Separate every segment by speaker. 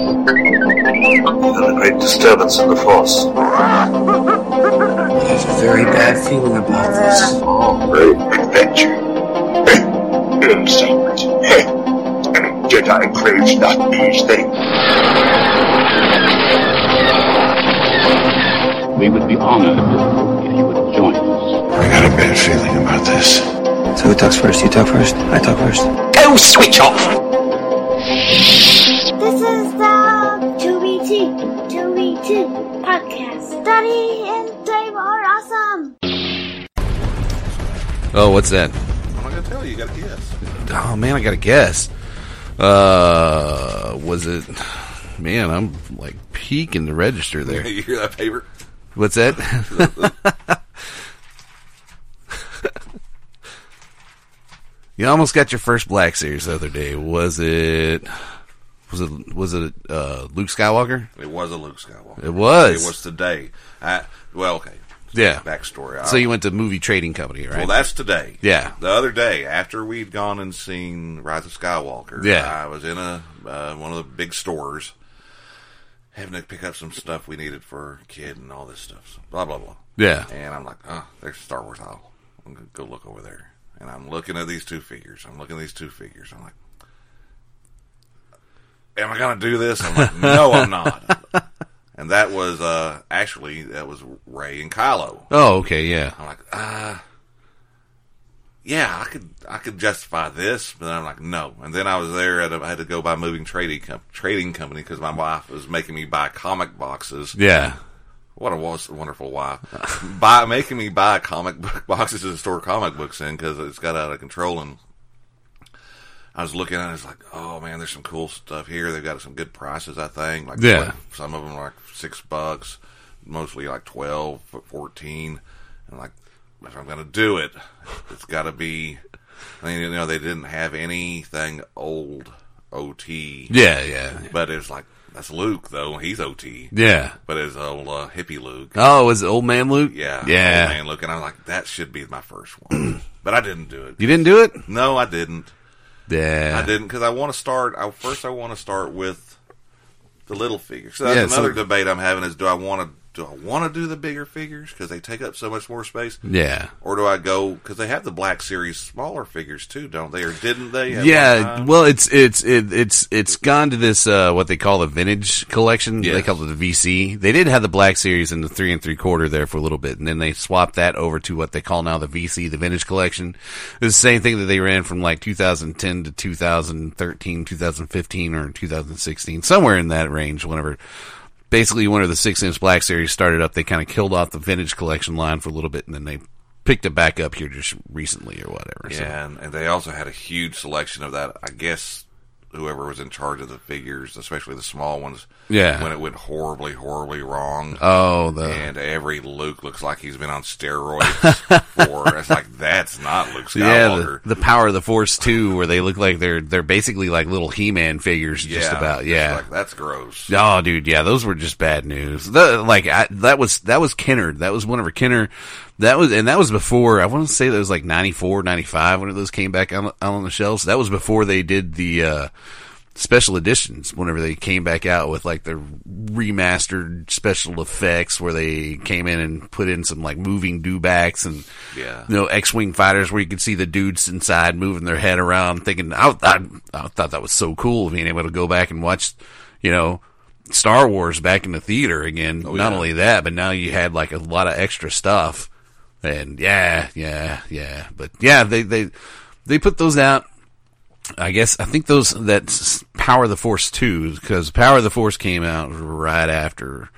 Speaker 1: There's a great disturbance in the force.
Speaker 2: I have a very bad feeling about this.
Speaker 1: Great adventure. Insight. Jedi craves not these things.
Speaker 3: We would be honored if you would join us.
Speaker 1: I got a bad feeling about this.
Speaker 2: So who talks first? You talk first? I talk first?
Speaker 4: Go switch off!
Speaker 5: This is the 2BT, 2BT podcast. Daddy and Dave are awesome.
Speaker 6: Oh, what's that?
Speaker 7: I'm not gonna tell you. You gotta guess.
Speaker 6: Oh man, I gotta guess. Uh, was it? Man, I'm like peeking the register there.
Speaker 7: you hear that paper?
Speaker 6: What's that? you almost got your first Black Series the other day. Was it? Was it? Was it uh, Luke Skywalker?
Speaker 7: It was a Luke Skywalker.
Speaker 6: It was.
Speaker 7: It was today. I, well, okay.
Speaker 6: Yeah.
Speaker 7: Backstory.
Speaker 6: So
Speaker 7: I-
Speaker 6: you went to movie trading company, right?
Speaker 7: Well, that's today.
Speaker 6: Yeah.
Speaker 7: The other day, after we'd gone and seen Rise of Skywalker,
Speaker 6: Yeah.
Speaker 7: I was in a uh, one of the big stores, having to pick up some stuff we needed for our kid and all this stuff. So blah blah blah.
Speaker 6: yeah.
Speaker 7: And I'm like, oh, there's Star Wars Hall. I'm gonna go look over there. And I'm looking at these two figures. I'm looking at these two figures. I'm like, am I gonna do this? I'm like, no, I'm not. And that was uh, actually that was Ray and Kylo.
Speaker 6: Oh, okay. Yeah.
Speaker 7: I'm like, uh, yeah, I could I could justify this, but then I'm like, no. And then I was there at a, I had to go buy moving trading com- trading company because my wife was making me buy comic boxes.
Speaker 6: Yeah.
Speaker 7: What a wo- wonderful wife! By making me buy comic book boxes to store comic books in because it's got out of control, and I was looking at it, it's like, oh man, there's some cool stuff here. They've got some good prices, I think. Like,
Speaker 6: Yeah.
Speaker 7: like, some of them are like six bucks, mostly like 12, 14. and like, if I'm gonna do it, it's got to be. I mean, you know, they didn't have anything old OT,
Speaker 6: Yeah. Yeah.
Speaker 7: but it was like that's Luke though. He's OT.
Speaker 6: Yeah.
Speaker 7: But it's old uh, hippie Luke.
Speaker 6: Oh, was it Old Man Luke?
Speaker 7: Yeah.
Speaker 6: Yeah.
Speaker 7: Old man Luke. And I'm like, that should be my first one. but I didn't do it.
Speaker 6: You didn't do it?
Speaker 7: No, I didn't.
Speaker 6: Yeah.
Speaker 7: I didn't because I want to start. I, first, I want to start with the little figures. So
Speaker 6: Yeah,
Speaker 7: that's
Speaker 6: so-
Speaker 7: another debate I'm having is do I want to do I want to do the bigger figures because they take up so much more space,
Speaker 6: Yeah.
Speaker 7: or do I go because they have the Black Series smaller figures too, don't they? Or didn't they? at one
Speaker 6: yeah
Speaker 7: time?
Speaker 6: well it's it's it, it's it's gone to this uh what they call the vintage collection they
Speaker 7: Yes.
Speaker 6: call it the vc they did have the black series and the three and three quarter there for a little bit and then they swapped that over to what they call now the vc the vintage collection it's the same thing that they ran from like 2010 to 2013 2015 or 2016 somewhere in that range whenever basically whenever the six inch black series started up they kind of killed off the vintage collection line for a little bit and then they picked it back up here just recently or whatever so-
Speaker 7: Yeah, and, and they also had a huge selection of that. I guess whoever was in charge of the figures, especially the small ones,
Speaker 6: Yeah.
Speaker 7: when it went horribly, horribly wrong,
Speaker 6: oh the
Speaker 7: and every Luke looks like he's been on steroids for. It's like that's not Luke
Speaker 6: Yeah,
Speaker 7: Skywalker.
Speaker 6: the, the Power of the Force too, where they look like they're they're basically like little He-Man figures, just about.
Speaker 7: it's
Speaker 6: Yeah.
Speaker 7: like, that's gross.
Speaker 6: Oh, dude, yeah, those were just bad news. The- like I, that was that was Kenner. That was whenever Kenner, that was and that was before. I want to say that was like 94, 95 when those came back out, out on the shelves. That was before they did the uh, special editions. Whenever they came back out with like the remastered special effects, where they came in and put in some like moving dewbacks and
Speaker 7: Yeah.
Speaker 6: you know, X-wing fighters where you could see the dudes inside moving their head around, thinking, I, I, I thought that was so cool being able to go back and watch, you know, Star Wars back in the theater again. Not
Speaker 7: Oh, yeah.
Speaker 6: only that, but now you had like a lot of extra stuff, and yeah, yeah, yeah. But yeah, they they they put those out. I guess I think those that's Power of the Force two because Power of the Force came out right after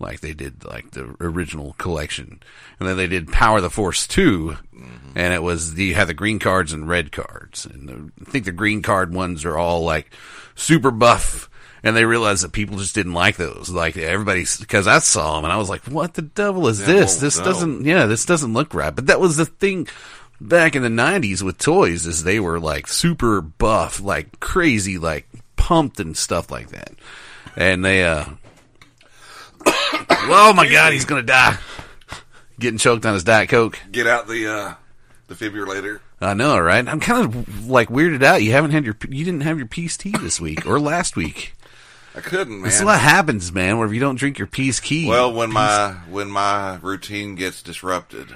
Speaker 6: like they did like the original collection, and then they did Power of the Force 2
Speaker 7: Mm-hmm.
Speaker 6: and it was the, you had the green cards and red cards, and the, I think the green card ones are all like super buff, and they realized that people just didn't like those, like everybody's because I saw them and I was like, what the devil is
Speaker 7: Yeah,
Speaker 6: this?
Speaker 7: well,
Speaker 6: this
Speaker 7: no.
Speaker 6: doesn't, yeah, this doesn't look right. But that was the thing. Back in the '90s, with toys, is they were like super buff, like crazy, like pumped and stuff like that, and they uh, Oh my god, he's gonna die. Getting choked on his Diet Coke.
Speaker 7: Get out the uh, defibrillator.
Speaker 6: I know, right? I'm kind of like weirded out. You haven't had your, you didn't have your peace tea this week or last week.
Speaker 7: I couldn't,
Speaker 6: That's
Speaker 7: man.
Speaker 6: what happens, man. Where if you don't drink your peace key,
Speaker 7: well, when my when my routine gets disrupted,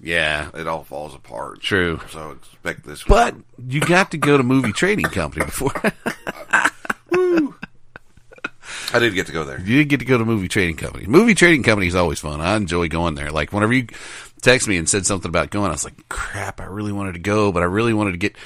Speaker 6: yeah,
Speaker 7: it all falls apart.
Speaker 6: True.
Speaker 7: So expect this.
Speaker 6: but you got to go to movie trading company before.
Speaker 7: I did get to go there.
Speaker 6: you did get to go to movie trading company. Movie trading company is always fun. I enjoy going there. Like whenever you text me and said something about going, I was like, crap, I really wanted to go, but I really wanted to get.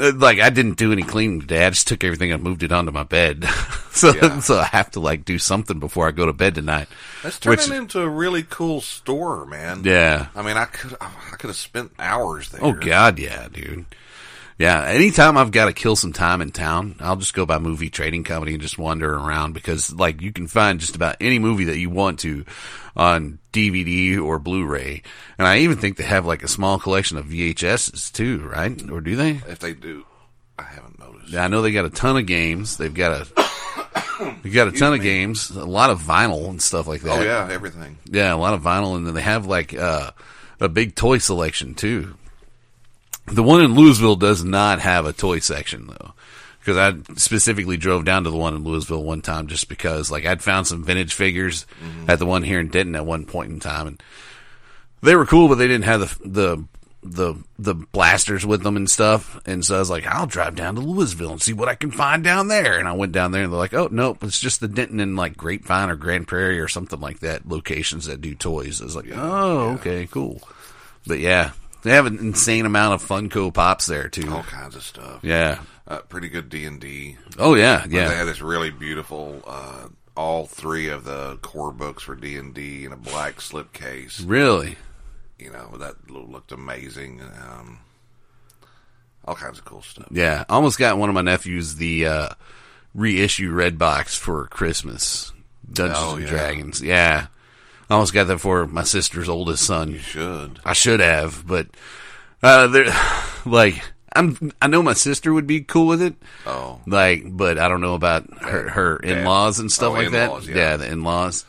Speaker 6: uh, Like I didn't do any cleaning today. I just took everything and moved it onto my bed. so
Speaker 7: Yeah.
Speaker 6: so I have to like do something before I go to bed tonight.
Speaker 7: That's turning
Speaker 6: Which-
Speaker 7: into a really cool store, man.
Speaker 6: Yeah.
Speaker 7: I mean, I could I could have spent hours there.
Speaker 6: Oh God, yeah, dude. Yeah, anytime I've got to kill some time in town, I'll just go by movie trading company and just wander around because like you can find just about any movie that you want to on DVD or Blu-ray. And I even think they have like a small collection of VHSs too, right? Or do they?
Speaker 7: If they do, I haven't noticed.
Speaker 6: I know they got a ton of games. They've got a they've got a ton of games, a lot of vinyl and stuff like that.
Speaker 7: Oh yeah, everything.
Speaker 6: Yeah, a lot of vinyl, and then they have like uh, a big toy selection too. The one in Louisville does not have a toy section though, because I specifically drove down to the one in Louisville one time just because like I'd found some vintage figures at the one here in Denton at one point in time, and they were cool, but they didn't have the the the the blasters with them and stuff. And so I was like, I'll drive down to Louisville and see what I can find down there. And I went down there and they're like, Oh nope, it's just the Denton and like Grapevine or Grand Prairie or something like that locations that do toys. I was like, Oh, okay, cool. But yeah, they have an insane amount of Funko Pops there too.
Speaker 7: All kinds of stuff.
Speaker 6: Yeah.
Speaker 7: Uh, pretty good D and D.
Speaker 6: Oh yeah,
Speaker 7: They
Speaker 6: yeah.
Speaker 7: had this really beautiful. Uh, all three of the core books for D and D in a black slipcase.
Speaker 6: Really?
Speaker 7: You know that lo- looked amazing. Um, all kinds of cool stuff.
Speaker 6: Yeah, I almost got one of my nephews the uh, reissue red box for Christmas Dungeons
Speaker 7: Oh,
Speaker 6: and
Speaker 7: yeah.
Speaker 6: Dragons. Yeah, I almost got that for my sister's oldest son.
Speaker 7: You should.
Speaker 6: I should have, but uh, there, like I'm, I know my sister would be cool with it.
Speaker 7: Oh,
Speaker 6: Like, but I don't know about her her in laws and stuff
Speaker 7: Oh,
Speaker 6: like that.
Speaker 7: in-laws,
Speaker 6: Yeah,
Speaker 7: yeah.
Speaker 6: the in laws.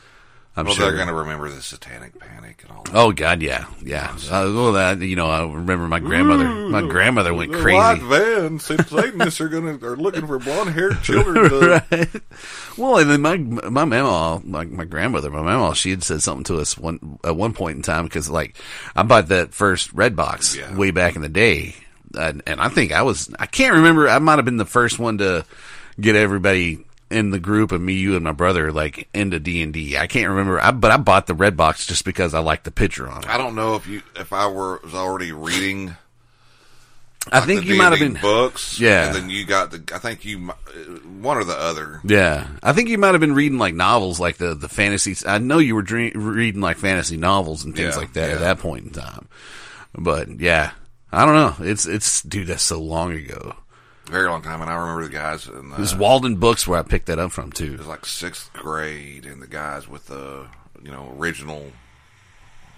Speaker 6: I'm
Speaker 7: well,
Speaker 6: sure
Speaker 7: they're gonna remember the Satanic Panic and all that.
Speaker 6: Oh God, yeah, yeah. Uh, well, that you know, I remember my grandmother. my grandmother went
Speaker 7: The
Speaker 6: Oh, crazy.
Speaker 7: White van said Satanists are gonna are looking for blonde haired children. To,
Speaker 6: right. Well, and then my my mama, like my grandmother, my mama, she had said something to us one at one point in time because like I bought that first red box
Speaker 7: Yeah.
Speaker 6: way back in the day, and, and I think I was I can't remember I might have been the first one to get everybody in the group and me, you, and my brother like into D and D. I can't remember, I, but I bought the red box just because I liked the picture on it.
Speaker 7: I don't know if you if I were was already reading.
Speaker 6: I think
Speaker 7: the
Speaker 6: you might have
Speaker 7: D&D
Speaker 6: been.
Speaker 7: books.
Speaker 6: Yeah.
Speaker 7: and then you got the. I think you mi- uh, one or the other.
Speaker 6: Yeah, I think you might have been reading like novels, like the the fantasy. I know you were dream, reading like fantasy novels and things
Speaker 7: Yeah,
Speaker 6: like that at
Speaker 7: yeah.
Speaker 6: that point in time. But yeah, I don't know. It's it's dude, that's so long ago.
Speaker 7: Very long time, and I remember the guys in the,
Speaker 6: It was Walden Books where I picked that up from too.
Speaker 7: it was like sixth grade, and the guys with the you know original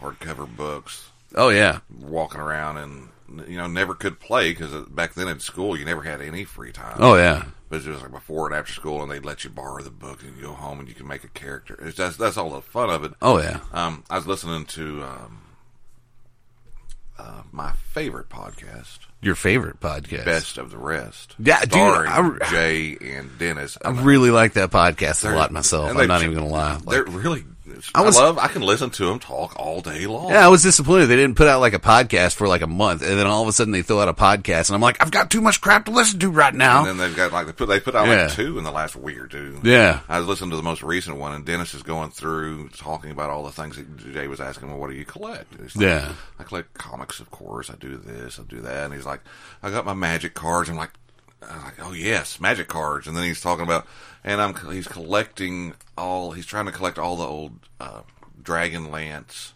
Speaker 7: hardcover books
Speaker 6: Oh yeah,
Speaker 7: walking around and you know never could play because back then in school you never had any free time.
Speaker 6: oh yeah,
Speaker 7: But it was like before and after school, and they'd let you borrow the book and you go home and you can make a character. It's just, that's all the fun of it.
Speaker 6: oh yeah.
Speaker 7: Um, I was listening to um, uh, my favorite podcast,
Speaker 6: Your favorite podcast?
Speaker 7: Best of the Rest.
Speaker 6: Yeah, dude,
Speaker 7: starring
Speaker 6: I-
Speaker 7: Jay and Dennis.
Speaker 6: I
Speaker 7: And
Speaker 6: really like that podcast a
Speaker 7: they're-
Speaker 6: lot myself.
Speaker 7: and
Speaker 6: I'm
Speaker 7: they're
Speaker 6: not
Speaker 7: ju-
Speaker 6: even gonna lie.
Speaker 7: they're
Speaker 6: Like,
Speaker 7: really. I,
Speaker 6: I was-
Speaker 7: love. I can listen to them talk all day long.
Speaker 6: yeah, I was disappointed they didn't put out like a podcast for like a month, and then all of a sudden they throw out a podcast, and I'm like, I've got too much crap to listen to right now.
Speaker 7: And then they've got like they put they put out
Speaker 6: Yeah.
Speaker 7: like two in the last week or two.
Speaker 6: yeah,
Speaker 7: I was listening to the most recent one, and Dennis is going through talking about all the things that Jay was asking. Well, what do you collect? And he's like,
Speaker 6: Yeah.
Speaker 7: I collect comics, of course. I do this, I do that, and he's like, I got my magic cards. I'm like, I'm like, oh yes, magic cards. And then he's talking about, and I'm he's collecting all. He's trying to collect all the old uh, Dragon Lance,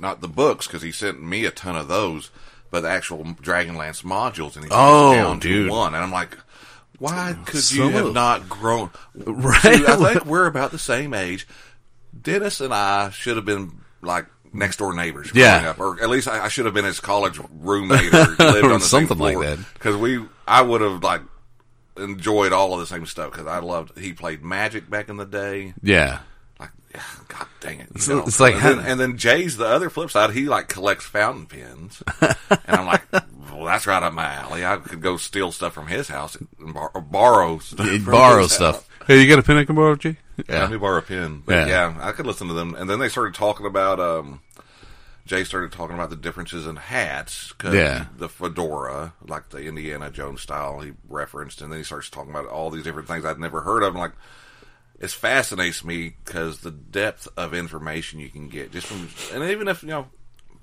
Speaker 7: not the books, because he sent me a ton of those, but the actual Dragonlance modules. And he's
Speaker 6: Oh,
Speaker 7: down
Speaker 6: dude. Oh,
Speaker 7: to one, and I'm like. Why could
Speaker 6: Some
Speaker 7: you have
Speaker 6: of-
Speaker 7: not grown?
Speaker 6: Right.
Speaker 7: Dude, I think we're about the same age. Dennis and I should have been like next door neighbors. growing
Speaker 6: Yeah.
Speaker 7: up, or at least I, I should have been his college roommate or lived on the
Speaker 6: Something like that.
Speaker 7: Because we, I would have like enjoyed all of the same stuff because I loved. He played Magic back in the day.
Speaker 6: yeah.
Speaker 7: Like yeah, God dang it! you
Speaker 6: So
Speaker 7: know.
Speaker 6: it's like-
Speaker 7: and then, and then Jay's the other flip side. He like collects fountain pens, and I'm like, well, that's right up my alley. I could go steal stuff from his house and bor- or borrow stuff.
Speaker 6: You
Speaker 7: from
Speaker 6: borrow
Speaker 7: his
Speaker 6: stuff.
Speaker 7: house.
Speaker 6: Hey, you got a pen I can borrow, Jay?
Speaker 7: Yeah, let me borrow a pen. But
Speaker 6: Yeah.
Speaker 7: yeah. I could listen to them. And then they started talking about. um Jay started talking about the differences in hats. 'cause
Speaker 6: Yeah.
Speaker 7: the fedora, like the Indiana Jones style, he referenced, and then he starts talking about all these different things I'd never heard of. I'm like, it fascinates me because the depth of information you can get just from, and even if you know,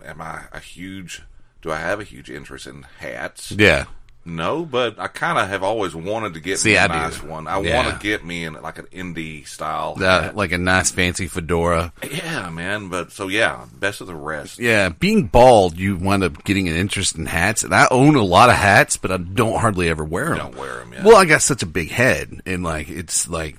Speaker 7: am I a huge? Do I have a huge interest in hats?
Speaker 6: Yeah.
Speaker 7: No, but I kind of have always wanted to get
Speaker 6: See,
Speaker 7: me a
Speaker 6: I do.
Speaker 7: nice one. I
Speaker 6: Yeah.
Speaker 7: want to get me in like an indie style.
Speaker 6: That, like a nice fancy fedora.
Speaker 7: Yeah, man. But so yeah, best of the rest.
Speaker 6: Yeah, being bald, you wind up getting an interest in hats. And I own a lot of hats, but I don't hardly ever wear them.
Speaker 7: Don't wear 'em, yeah.
Speaker 6: Well, I got such a big head, and like it's like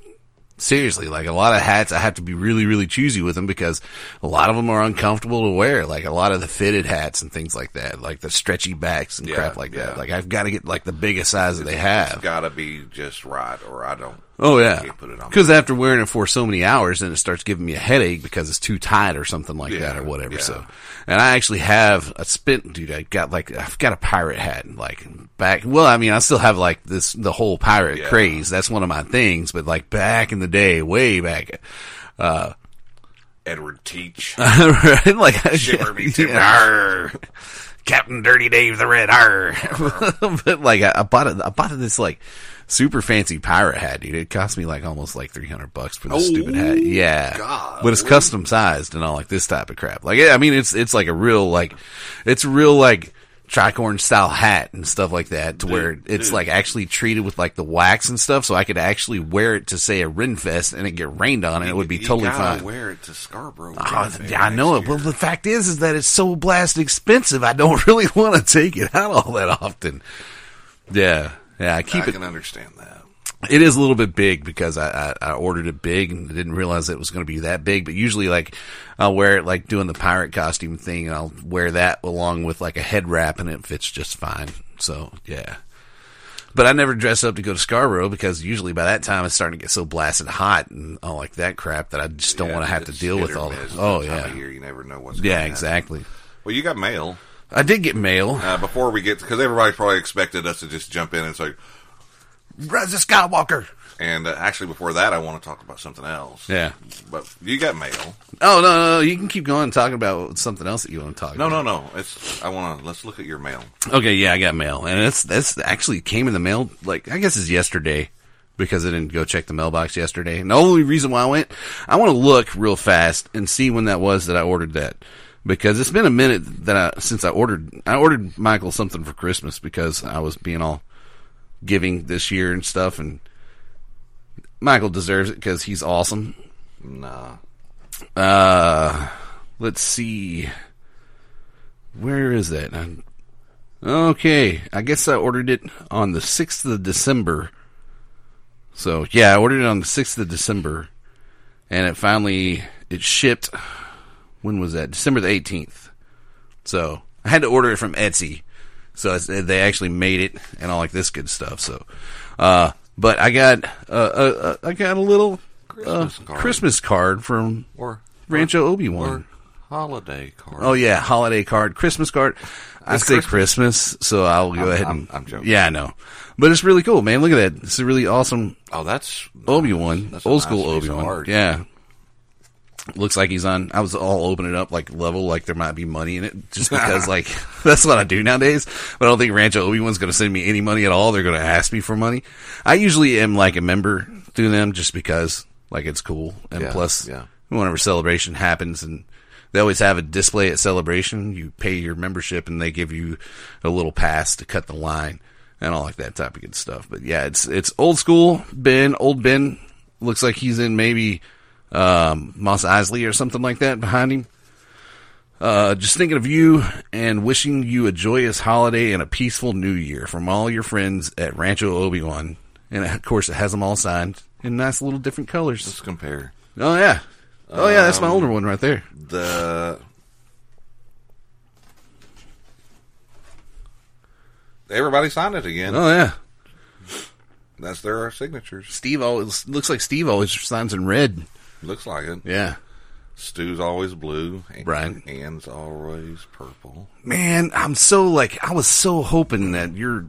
Speaker 6: seriously, like a lot of hats, I have to be really, really choosy with them because a lot of them are uncomfortable to wear. Like a lot of the fitted hats and things like that, like the stretchy backs and
Speaker 7: Yeah,
Speaker 6: crap like that.
Speaker 7: yeah.
Speaker 6: Like I've got to get like the biggest size that they
Speaker 7: It's
Speaker 6: have.
Speaker 7: got to be just right, or I don't.
Speaker 6: Oh yeah,
Speaker 7: can't put it on.
Speaker 6: because after wearing it for so many hours, then it starts giving me a headache because it's too tight or something like that
Speaker 7: Yeah,
Speaker 6: or whatever.
Speaker 7: yeah.
Speaker 6: So, and I actually have a spit, dude. I got like I've got a pirate hat, like back. Well, I mean, I still have like this the whole pirate
Speaker 7: Yeah.
Speaker 6: craze. That's one of my things. But like back in the day, way back,
Speaker 7: Edward Teach,
Speaker 6: right? like
Speaker 7: Shimmer me timber.
Speaker 6: Yeah. Captain Dirty Dave the Red. Arr. but like I, I bought it, I bought this like super fancy pirate hat, dude. It cost me like almost like three hundred bucks for this stupid hat. Yeah,
Speaker 7: God.
Speaker 6: but it's custom sized and all like this type of crap. Like yeah, I mean, it's it's like a real like it's real like. Tricorn style hat and stuff like that to where it's like actually treated with like the wax and stuff so I could actually wear it to say a Renfest and it get rained on and it would be
Speaker 7: You
Speaker 6: totally
Speaker 7: gotta
Speaker 6: fine.
Speaker 7: Wear it to Scarborough.
Speaker 6: Oh,
Speaker 7: Jail
Speaker 6: yeah, I
Speaker 7: next
Speaker 6: know it.
Speaker 7: year.
Speaker 6: Well, the fact is, is that it's so blast expensive. I don't really want to take it out all that often. Yeah, yeah. I keep
Speaker 7: I
Speaker 6: it.
Speaker 7: can understand that.
Speaker 6: It is a little bit big because I, I, I ordered it big and didn't realize it was going to be that big. But usually, like, I'll wear it like doing the pirate costume thing, and I'll wear that along with like a head wrap, and it fits just fine. So yeah. But I never dress up to go to Scarborough because usually by that time it's starting to get so blasted hot and all like that crap that I just don't
Speaker 7: Yeah,
Speaker 6: want to have to
Speaker 7: it's
Speaker 6: deal
Speaker 7: hit
Speaker 6: with
Speaker 7: or
Speaker 6: all.
Speaker 7: miss
Speaker 6: That.
Speaker 7: at
Speaker 6: Oh
Speaker 7: that time
Speaker 6: yeah.
Speaker 7: of year, you never know what's
Speaker 6: Yeah,
Speaker 7: gonna happen.
Speaker 6: exactly.
Speaker 7: Well, you got mail
Speaker 6: I did get mail.
Speaker 7: uh, before we get because everybody probably expected us to just jump in and say.
Speaker 6: Rise of Skywalker.
Speaker 7: And uh, actually, before that, I want to talk about something else.
Speaker 6: Yeah.
Speaker 7: But you got mail.
Speaker 6: Oh no, no, no, you can keep going and talking about something else that you want to talk
Speaker 7: No,
Speaker 6: about.
Speaker 7: no, no. It's I want to let's look at your mail.
Speaker 6: no. Okay, yeah, I got mail, and it's that's actually came in the mail. Like I guess it's yesterday because I didn't go check the mailbox yesterday. And the only reason why I went, I want to look real fast and see when that was that I ordered that because it's been a minute that I since I ordered. I ordered Michael something for Christmas because I was being all giving this year and stuff, and Michael deserves it because he's awesome.
Speaker 7: Nah.
Speaker 6: Uh, let's see. Where is that? I'm- okay, I guess I ordered it on the sixth of December. So yeah, I ordered it on the sixth of December, and it finally it shipped. When was that? December the eighteenth. So I had to order it from Etsy. So it's, they actually made it and all like this good stuff. So, uh, but I got uh, uh, uh, I got a little
Speaker 7: Christmas
Speaker 6: uh,
Speaker 7: card.
Speaker 6: Christmas card from
Speaker 7: Or
Speaker 6: Rancho Obi
Speaker 7: or
Speaker 6: Wan.
Speaker 7: holiday card.
Speaker 6: Oh yeah, holiday card, Christmas card. I say Christmas, so I'll go
Speaker 7: I'm-
Speaker 6: ahead
Speaker 7: I'm-
Speaker 6: and.
Speaker 7: I'm joking.
Speaker 6: Yeah, I know, but it's really cool, man. Look at that. It's a really awesome
Speaker 7: Oh, that's
Speaker 6: Obi Wan,
Speaker 7: That's a
Speaker 6: old
Speaker 7: nice
Speaker 6: school
Speaker 7: piece
Speaker 6: Obi
Speaker 7: of
Speaker 6: Wan.
Speaker 7: art.
Speaker 6: Yeah, looks like he's on. I was all opening up like level, like there might be money in it, just because like that's what I do nowadays. But I don't think Rancho Obi Wan's going to send me any money at all. They're going to ask me for money. I usually am like a member through them just because like it's cool, and
Speaker 7: Yeah,
Speaker 6: plus
Speaker 7: yeah.
Speaker 6: whenever celebration happens and. They always have a display at celebration. You pay your membership, and they give you a little pass to cut the line and all like that type of good stuff. But yeah, it's it's old school Ben. Old Ben looks like he's in maybe um, Moss Isley or something like that behind him. Uh, just thinking of you and wishing you a joyous holiday and a peaceful new year from all your friends at Rancho Obi Wan. And of course, it has them all signed in nice little different colors.
Speaker 7: Let's compare
Speaker 6: Oh, yeah. Oh, yeah, that's my older one right there.
Speaker 7: the. Everybody signed it again.
Speaker 6: Oh, yeah.
Speaker 7: That's their signatures.
Speaker 6: Steve always looks like Steve always signs in red.
Speaker 7: Looks like it.
Speaker 6: Yeah.
Speaker 7: Stew's always blue. And
Speaker 6: Right.
Speaker 7: Ann's always purple.
Speaker 6: Man, I'm so like I was so hoping that your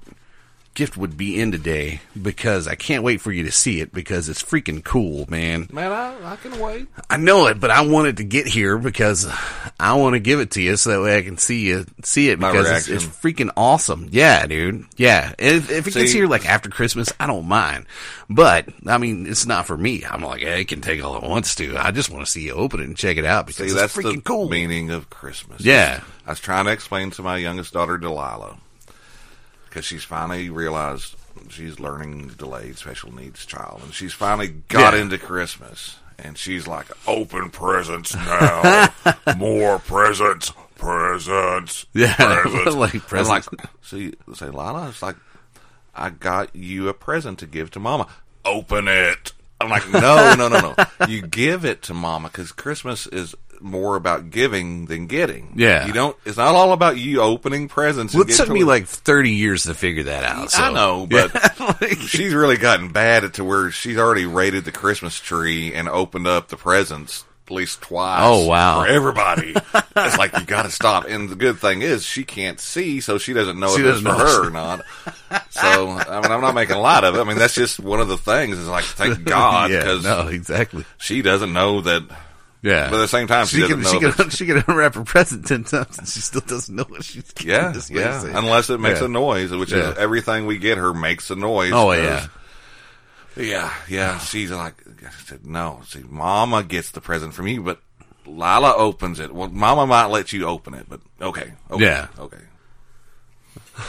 Speaker 6: gift would be in today because I can't wait for you to see it because it's freaking cool, man.
Speaker 7: Man, I, I can wait.
Speaker 6: I know it, but I wanted to get here because I want to give it to you so that way I can see you see it
Speaker 7: My
Speaker 6: because it's, it's
Speaker 7: reaction.
Speaker 6: freaking awesome. Yeah, dude. Yeah. And If, if it gets
Speaker 7: See-
Speaker 6: here like after Christmas, I don't mind. But I mean, it's not for me. I'm like, hey, it can take all it wants to. I just want to see you open it and check it out because
Speaker 7: See,
Speaker 6: it's
Speaker 7: that's
Speaker 6: freaking
Speaker 7: the
Speaker 6: cool.
Speaker 7: meaning of Christmas.
Speaker 6: Yeah.
Speaker 7: I was trying to explain to my youngest daughter, Delilah, because she's finally realized she's learning delayed special needs child, and she's finally got
Speaker 6: Yeah.
Speaker 7: into Christmas, and she's like, oh, "Open presents now, more presents, presents,
Speaker 6: Yeah,
Speaker 7: presents."
Speaker 6: like
Speaker 7: And
Speaker 6: presents.
Speaker 7: like, see, say, Lala, it's like I got you a present to give to Mama. Open it. I'm like, no, no, no, no. You give it to Mama because Christmas is more about giving than getting.
Speaker 6: Yeah.
Speaker 7: you don't. It's not all about you opening presents.
Speaker 6: Well,
Speaker 7: and
Speaker 6: it
Speaker 7: giving
Speaker 6: took me
Speaker 7: to-
Speaker 6: like 30 years to figure that out. So.
Speaker 7: I know, but
Speaker 6: Like-
Speaker 7: she's really gotten bad at to where she's already raided the Christmas tree and opened up the presents at least twice.
Speaker 6: Oh, wow.
Speaker 7: For everybody, it's like you got to stop. And the good thing is she can't see, so she doesn't know
Speaker 6: She
Speaker 7: if it's for
Speaker 6: doesn't know.
Speaker 7: her or not. So I mean, I'm not making a lot of it. I mean, that's just one of the things. Is like thank God
Speaker 6: yeah,
Speaker 7: because
Speaker 6: no, exactly.
Speaker 7: she doesn't know that.
Speaker 6: Yeah.
Speaker 7: But at the same time, she,
Speaker 6: she
Speaker 7: doesn't
Speaker 6: can,
Speaker 7: know.
Speaker 6: she
Speaker 7: if it's-
Speaker 6: can, she can unwrap her present 10 times and she still doesn't know what she's getting.
Speaker 7: yeah,
Speaker 6: Just
Speaker 7: yeah.
Speaker 6: basically.
Speaker 7: Unless it makes
Speaker 6: Yeah.
Speaker 7: a noise, which
Speaker 6: Yeah.
Speaker 7: is everything we get her makes a noise.
Speaker 6: Oh,
Speaker 7: 'cause
Speaker 6: yeah.
Speaker 7: Yeah, yeah. She's like, I said, no. See, Mama gets the present from you, but Lila opens it. Well, Mama might let you open it, but okay, okay
Speaker 6: Yeah.
Speaker 7: okay.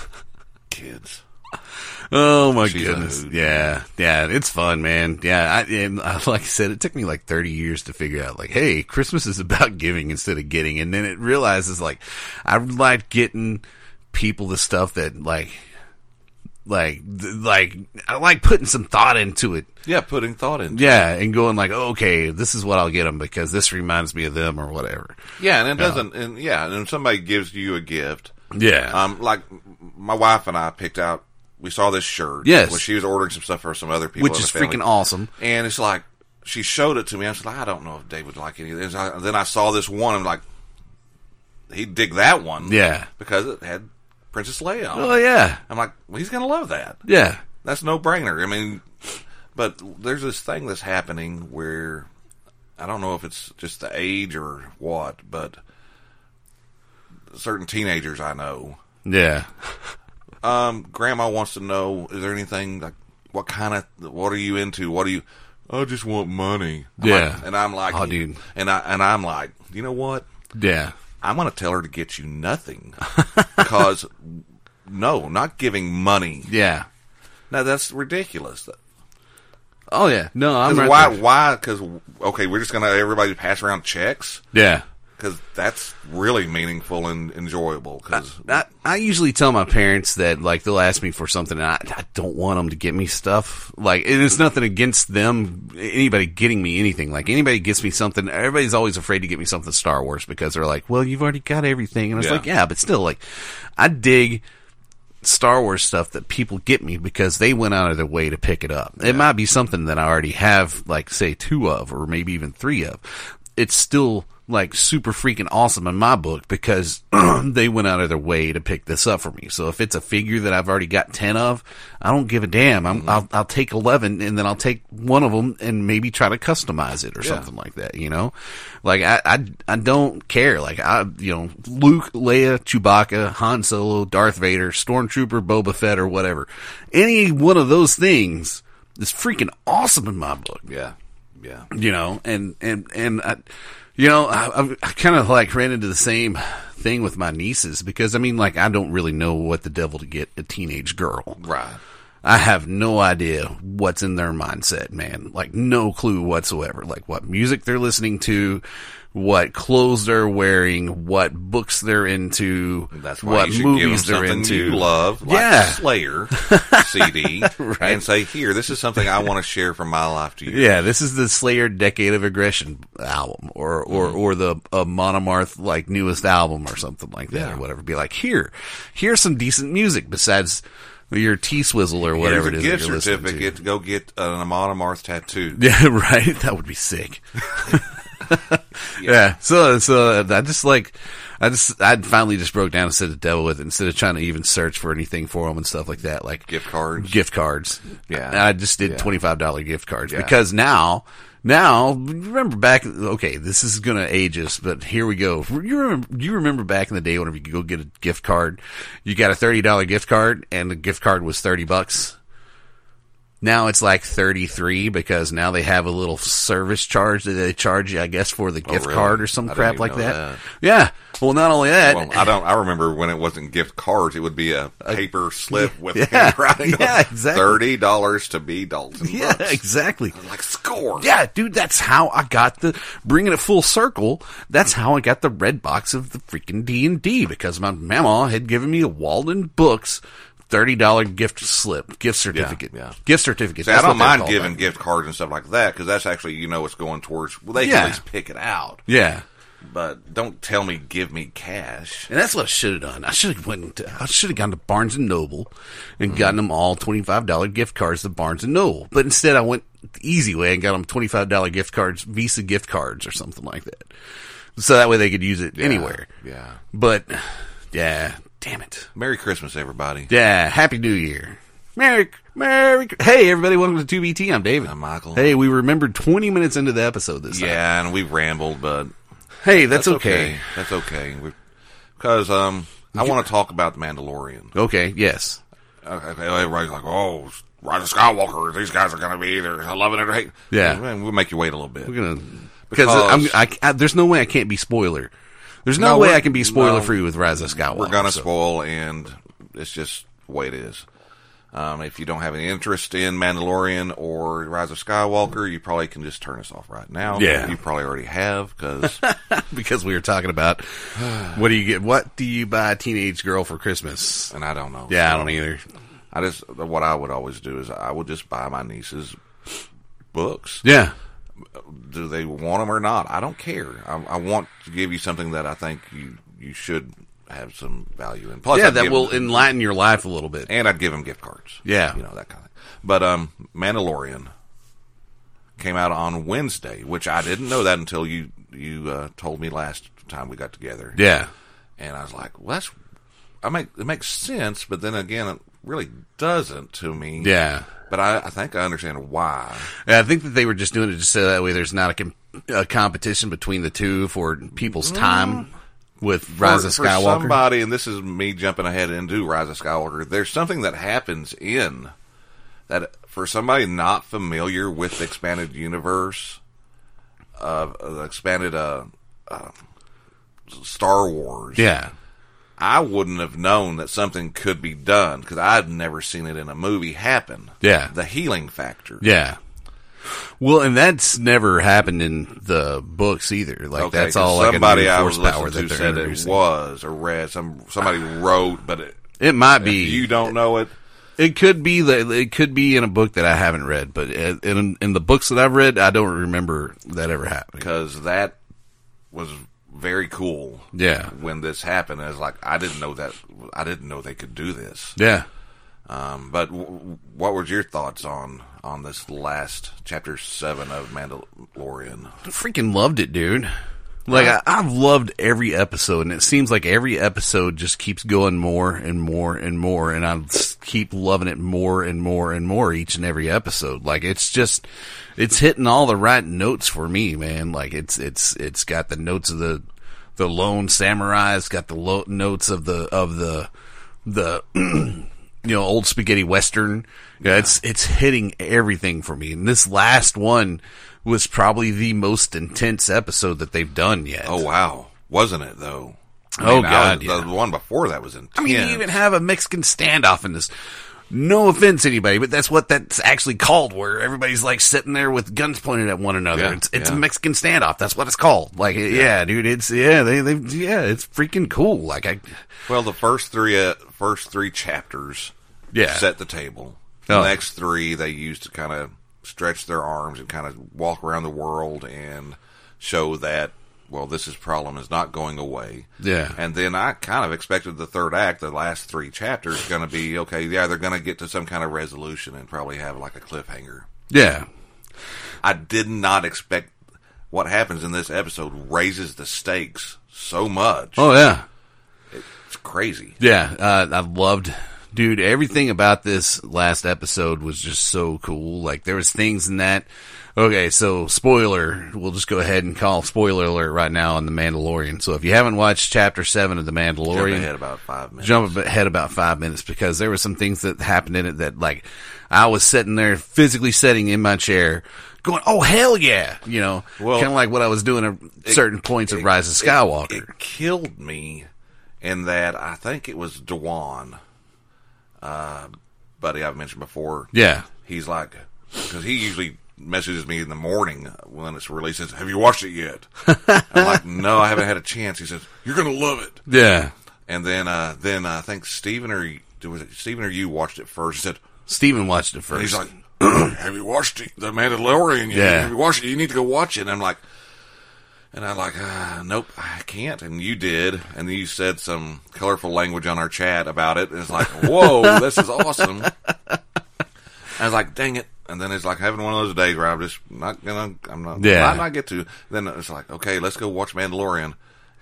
Speaker 7: Kids,
Speaker 6: Oh my
Speaker 7: She's
Speaker 6: goodness!
Speaker 7: like,
Speaker 6: yeah, yeah, it's fun, man. Yeah, I, and uh, like I said, it took me like thirty years to figure out, like, hey, Christmas is about giving instead of getting, and then it realizes, like, I like getting people the stuff that, like, like, th- like I like putting some thought into it.
Speaker 7: yeah, putting thought into. it.
Speaker 6: Yeah, and going like, okay, this is what I'll get them because this reminds me of them or whatever.
Speaker 7: yeah, and it doesn't, and yeah, and if somebody gives you a gift,
Speaker 6: Yeah,
Speaker 7: um, like my wife and I picked out, we saw this shirt.
Speaker 6: Yes.
Speaker 7: well, she was ordering some stuff for some other people,
Speaker 6: which
Speaker 7: in
Speaker 6: is
Speaker 7: the family.
Speaker 6: freaking awesome.
Speaker 7: And it's like she showed it to me. I was like, I don't know if Dave would like any of this. I, then I saw this one. I'm like, he'd dig that one.
Speaker 6: Yeah.
Speaker 7: because it had Princess Leia. On
Speaker 6: Oh
Speaker 7: it.
Speaker 6: yeah,
Speaker 7: I'm like, well, he's gonna love that.
Speaker 6: yeah,
Speaker 7: That's no brainer. I mean, but there's this thing that's happening where I don't know if it's just the age or what, but certain teenagers I know
Speaker 6: yeah.
Speaker 7: Um, grandma wants to know is there anything like what kind of what are you into what are you i just want money I'm
Speaker 6: Yeah.
Speaker 7: like- and i'm like
Speaker 6: Oh, dude.
Speaker 7: and i and i'm like you know what
Speaker 6: Yeah.
Speaker 7: i'm gonna tell her to get you nothing because no not giving money
Speaker 6: Yeah.
Speaker 7: no that's ridiculous
Speaker 6: Oh yeah. No, I'm
Speaker 7: 'Cause
Speaker 6: right
Speaker 7: why
Speaker 6: there.
Speaker 7: why because okay we're just gonna everybody pass around checks
Speaker 6: Yeah.
Speaker 7: because that's really meaningful and enjoyable because
Speaker 6: I, I usually tell my parents that like they'll ask me for something and I, I don't want them to get me stuff like and it's nothing against them anybody getting me anything like anybody gets me something everybody's always afraid to get me something Star Wars because they're like well you've already got everything and I was
Speaker 7: Yeah.
Speaker 6: like yeah but still like I dig Star Wars stuff that people get me because they went out of their way to pick it up. It might be something that I already have, like, say, two of, or maybe even three of. It's still, like, super freaking awesome in my book because they went out of their way to pick this up for me. So if it's a figure that I've already got 10 of, I don't give a damn. I'm, Mm-hmm. I'll, I'll take 11 and then I'll take one of them and maybe try to customize it or something like that, you know? Like, I, I, I don't care. Like, I, you know, Luke, Leia, Chewbacca, Han Solo, Darth Vader, Stormtrooper, Boba Fett, or whatever. Any one of those things is freaking awesome in my book
Speaker 7: yeah yeah
Speaker 6: you know, and and and I, you know, I, I, I kind of like ran into the same thing with my nieces because I mean, like, I don't really know what the devil to get a teenage girl.
Speaker 7: right
Speaker 6: I have no idea what's in their mindset, man. Like, no clue whatsoever. Like, what music they're listening to, what clothes they're wearing, what books they're into,
Speaker 7: That's why
Speaker 6: what
Speaker 7: you should
Speaker 6: movies
Speaker 7: give them
Speaker 6: they're
Speaker 7: something
Speaker 6: into.
Speaker 7: you love, like
Speaker 6: Yeah.
Speaker 7: Slayer CD, and say, "Here, this is something I want to share from my life to you."
Speaker 6: Yeah, this is the Slayer Decade of Aggression album, or or
Speaker 7: Mm-hmm.
Speaker 6: or the uh, Monomarth like newest album or something like that,
Speaker 7: Yeah.
Speaker 6: or whatever. Be like, here, here's some decent music besides your tea swizzle or
Speaker 7: Here's
Speaker 6: whatever
Speaker 7: a
Speaker 6: it is.
Speaker 7: gift
Speaker 6: that you're listening to.
Speaker 7: certificate to. go get an Amada Mars tattoo.
Speaker 6: Yeah, right. That would be sick. yeah. So, so uh, I just like, I just, I finally just broke down and said to devil with it instead of trying to even search for anything for them and stuff like that. Like
Speaker 7: Gift cards.
Speaker 6: gift cards.
Speaker 7: Yeah.
Speaker 6: And I just did
Speaker 7: Yeah.
Speaker 6: $25 gift cards
Speaker 7: Yeah.
Speaker 6: because now, now, remember back, okay, this is going to age us, but here we go. You remember, you remember back in the day whenever you could go get a gift card, you got a $30 gift card and the gift card was 30 bucks. Now it's like 33 because now they have a little service charge that they charge you, I guess, for the gift
Speaker 7: Oh, really?
Speaker 6: card or some
Speaker 7: I didn't
Speaker 6: crap
Speaker 7: even
Speaker 6: like
Speaker 7: know
Speaker 6: that.
Speaker 7: that.
Speaker 6: Yeah. Well, not only that.
Speaker 7: Well, I don't. I remember when it wasn't gift cards; it would be a paper slip with
Speaker 6: yeah,
Speaker 7: handwriting. on
Speaker 6: yeah,
Speaker 7: it.
Speaker 6: exactly.
Speaker 7: Thirty dollars to be Dalton.
Speaker 6: yeah,
Speaker 7: Brooks.
Speaker 6: exactly.
Speaker 7: Like score.
Speaker 6: Yeah, dude, that's how I got the bringing it full circle. That's how I got the red box of the freaking D and D because my mama had given me a Walden Books thirty dollar gift slip, gift certificate,
Speaker 7: yeah.
Speaker 6: gift certificate.
Speaker 7: See, I
Speaker 6: That's
Speaker 7: don't
Speaker 6: what they're
Speaker 7: mind
Speaker 6: called
Speaker 7: giving
Speaker 6: back.
Speaker 7: gift cards and stuff like that because that's actually you know it's going towards. Well, they can
Speaker 6: Yeah.
Speaker 7: at least pick it out.
Speaker 6: Yeah,
Speaker 7: But don't tell me give me cash.
Speaker 6: and that's what I should have done. I should have went. To, I should have gone to Barnes and Noble and
Speaker 7: Mm-hmm.
Speaker 6: gotten them all twenty five dollar gift cards to Barnes and Noble. But instead, I went the easy way and got them twenty five dollar gift cards, Visa gift cards, or something like that. So that way they could use it anywhere.
Speaker 7: Yeah.
Speaker 6: But yeah, damn it.
Speaker 7: Merry Christmas, everybody.
Speaker 6: Yeah, happy New Year. Merry, Merry. Hey, everybody, welcome to 2BT. I'm David.
Speaker 7: I'm Michael.
Speaker 6: Hey, we remembered 20 minutes into the episode this time.
Speaker 7: Yeah, and we rambled, but
Speaker 6: Hey, that's, okay. okay.
Speaker 7: That's okay. Because um, I want to talk about the Mandalorian.
Speaker 6: yes.
Speaker 7: Okay, everybody's like, "Oh, Roger Skywalker, these guys are going to be either loving it or hate."
Speaker 6: Yeah.
Speaker 7: Man, we'll make you wait a little bit.
Speaker 6: We're gonna because
Speaker 7: Because-
Speaker 6: I'm, I, I- there's no way I can't be spoiler. There's no,
Speaker 7: No,
Speaker 6: way
Speaker 7: we're-
Speaker 6: I can be spoiler
Speaker 7: no.
Speaker 6: free with Rise of Skywalker.
Speaker 7: We're gonna
Speaker 6: so-
Speaker 7: spoil, and it's just the way it is. Um, if you don't have any interest in Mandalorian or Rise of Skywalker, you probably can just turn us off right now.
Speaker 6: Yeah.
Speaker 7: you probably already have because
Speaker 6: because we were talking about what do you get? What do you buy a teenage girl for Christmas?
Speaker 7: and I don't know.
Speaker 6: Yeah, I
Speaker 7: So,
Speaker 6: don't either.
Speaker 7: I just what I would always do is I would just buy my nieces books.
Speaker 6: Yeah,
Speaker 7: do they want them or not? I don't care. I, I want to give you something that I think you you should have some value in. Plus,
Speaker 6: yeah,
Speaker 7: I'd
Speaker 6: that
Speaker 7: give
Speaker 6: will
Speaker 7: them-
Speaker 6: enlighten your life a little bit.
Speaker 7: and I'd give them gift cards.
Speaker 6: Yeah.
Speaker 7: you know that kind of. thing. But um, Mandalorian came out on Wednesday, which I didn't know that until you you uh, told me last time we got together.
Speaker 6: Yeah,
Speaker 7: and I was like, well, that's I make it makes sense, but then again, it really doesn't to me.
Speaker 6: yeah.
Speaker 7: but I, I think I understand why.
Speaker 6: And I think that they were just doing it just so that way there's not a, com- a competition between the two for people's time with Rise
Speaker 7: for,
Speaker 6: of
Speaker 7: for
Speaker 6: Skywalker.
Speaker 7: somebody, and this is me jumping ahead into Rise of Skywalker. There's something that happens in that for somebody not familiar with the expanded universe of uh, the expanded uh, uh, Star Wars.
Speaker 6: yeah,
Speaker 7: I wouldn't have known that something could be done because I'd never seen it in a movie happen.
Speaker 6: Yeah.
Speaker 7: the healing factor.
Speaker 6: yeah. Well, and that's never happened in the books either. Like
Speaker 7: Okay,
Speaker 6: that's
Speaker 7: 'cause
Speaker 6: all like
Speaker 7: somebody
Speaker 6: a
Speaker 7: I
Speaker 6: new
Speaker 7: was
Speaker 6: force power
Speaker 7: listening to
Speaker 6: that they're
Speaker 7: said it
Speaker 6: introducing.
Speaker 7: was or read some somebody wrote, but it,
Speaker 6: It might be.
Speaker 7: you don't know it.
Speaker 6: it could be that it could be in a book that I haven't read, but in- in in the books that I've read, I don't remember that ever happening.
Speaker 7: because that was very cool
Speaker 6: Yeah,
Speaker 7: when this happened. I was like, I didn't know that. I didn't know they could do this.
Speaker 6: yeah.
Speaker 7: Um, but w- what were your thoughts on on this last chapter seven of Mandalorian?
Speaker 6: freaking loved it, dude. Like I, I've loved every episode, and it seems like every episode just keeps going more and more and more, and I just keep loving it more and more and more each and every episode. Like it's just, it's hitting all the right notes for me, man. Like it's it's it's got the notes of the the lone samurai, it's got the lo- notes of the of the the you know old spaghetti western yeah, it's it's hitting everything for me and this last one was probably the most intense episode that they've done yet
Speaker 7: Oh wow, wasn't it though?
Speaker 6: Oh,
Speaker 7: I
Speaker 6: God,
Speaker 7: was-
Speaker 6: yeah.
Speaker 7: the one before that was intense.
Speaker 6: i mean you even have a mexican standoff in this no offense anybody but that's what that's actually called where everybody's like sitting there with guns pointed at one another
Speaker 7: Yeah,
Speaker 6: it's it's a
Speaker 7: yeah.
Speaker 6: mexican standoff that's what it's called like yeah, dude it's yeah they they yeah it's freaking cool like i
Speaker 7: well, the first three uh, first three chapters
Speaker 6: yeah
Speaker 7: set the table.
Speaker 6: Oh.
Speaker 7: The next three they used to kind of stretch their arms and kind of walk around the world and show that well, this is problem is not going away.
Speaker 6: Yeah.
Speaker 7: And then I kind of expected the third act, the last three chapters, going to be okay. Yeah, they're going to get to some kind of resolution and probably have like a cliffhanger.
Speaker 6: Yeah.
Speaker 7: I did not expect what happens in this episode raises the stakes so much.
Speaker 6: Oh yeah.
Speaker 7: It's crazy.
Speaker 6: Yeah, uh, I loved, dude. Everything about this last episode was just so cool. Like there was things in that. Okay, so spoiler. We'll just go ahead and call spoiler alert right now on the Mandalorian. So if you haven't watched Chapter Seven of the
Speaker 7: Jump
Speaker 6: Mandalorian,
Speaker 7: ahead about five minutes.
Speaker 6: jump ahead about five minutes because there were some things that happened in it that like I was sitting there physically sitting in my chair going, "Oh hell yeah!" You know,
Speaker 7: Well,
Speaker 6: kind of like what I was doing at certain points of Rise of Skywalker.
Speaker 7: It, killed me in that I think it was Dewan, uh, buddy I've mentioned before.
Speaker 6: yeah,
Speaker 7: He's like, because he usually messages me in the morning when it's released. Says, "Have you watched it yet?" I'm like, "No, I haven't had a chance." He says, "You're gonna love it."
Speaker 6: yeah.
Speaker 7: And then, uh, then I think Steven or y- was it Steven or you watched it first. and Said
Speaker 6: Steven watched it
Speaker 7: and
Speaker 6: first.
Speaker 7: he's like, "Have you watched it? The Mandalorian? yet?
Speaker 6: Yeah.
Speaker 7: Have you watched it? You need to go watch it." And I'm like, and I'm like, uh, "Nope, I can't." And you did, and you said some colorful language on our chat about it. And it's like, "Whoa, this is awesome." I was like, "Dang it!" And then it's like having one of those days where I'm just not gonna, I'm not,
Speaker 6: Yeah.
Speaker 7: might not get to. Then it's like, okay, let's go watch Mandalorian.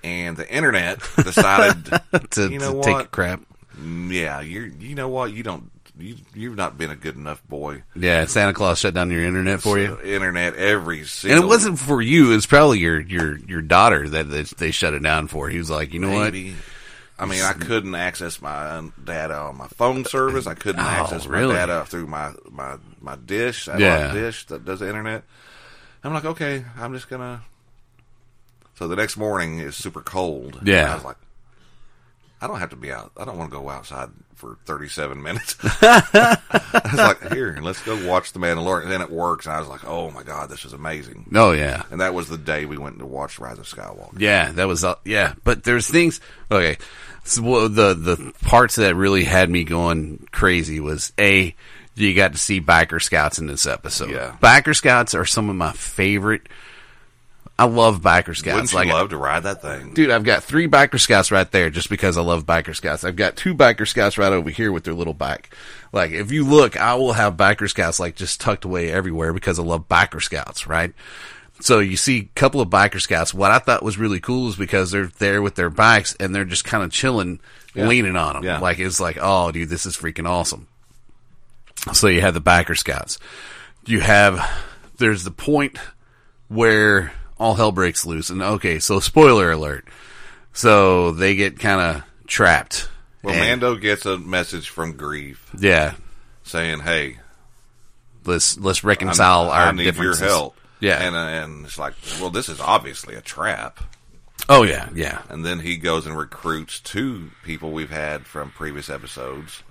Speaker 7: And the internet decided
Speaker 6: to,
Speaker 7: you know
Speaker 6: to take a
Speaker 7: what?
Speaker 6: crap.
Speaker 7: Yeah, you're. You know what? You don't. You, you've not been a good enough boy.
Speaker 6: Yeah, Santa Claus shut down your internet for you.
Speaker 7: Internet every single.
Speaker 6: And it wasn't for you. It's probably your your your daughter that they, they shut it down for. He was like, you know what?
Speaker 7: maybe. I mean, I couldn't access my um, data on my phone service. I couldn't
Speaker 6: Oh,
Speaker 7: access my
Speaker 6: really?
Speaker 7: data through my my my dish. I
Speaker 6: Yeah.
Speaker 7: yeah. dish that does the internet. I'm like, okay, I'm just gonna. So the next morning is super cold.
Speaker 6: Yeah.
Speaker 7: And I was like, I don't have to be out. I don't want to go outside for 37 minutes. I was like, here, let's go watch The Mandalorian. And then it works. And I was like, oh my god, this is amazing.
Speaker 6: Oh yeah,
Speaker 7: And that was the day we went to watch Rise of Skywalker.
Speaker 6: yeah. That was uh, yeah. But there's things. Okay, so well, the the parts that really had me going crazy was a. You got to see biker scouts in this episode.
Speaker 7: Yeah.
Speaker 6: biker scouts are some of my favorite. I love biker scouts.
Speaker 7: Wouldn't you
Speaker 6: like
Speaker 7: love to ride that thing?
Speaker 6: dude, I've got three biker scouts right there just because I love biker scouts. I've got two biker scouts right over here with their little bike. Like if you look, I will have biker scouts like just tucked away everywhere because I love biker scouts, right? So you see a couple of biker scouts. What I thought was really cool is because they're there with their bikes and they're just kind of chilling, leaning on them.
Speaker 7: Yeah.
Speaker 6: Like it's like, oh, dude, this is freaking awesome. So you have the biker scouts. You have there's the point where all hell breaks loose. And okay, so spoiler alert. So they get kind of trapped.
Speaker 7: Well,
Speaker 6: And-
Speaker 7: Mando gets a message from Grief
Speaker 6: Yeah.
Speaker 7: saying, "Hey,
Speaker 6: Let's let's
Speaker 7: I'm-
Speaker 6: reconcile our
Speaker 7: I need your
Speaker 6: differences.
Speaker 7: help."
Speaker 6: Yeah.
Speaker 7: and uh, and it's like, well, this is obviously a trap.
Speaker 6: Oh yeah, yeah.
Speaker 7: And then he goes and recruits two people we've had from previous episodes.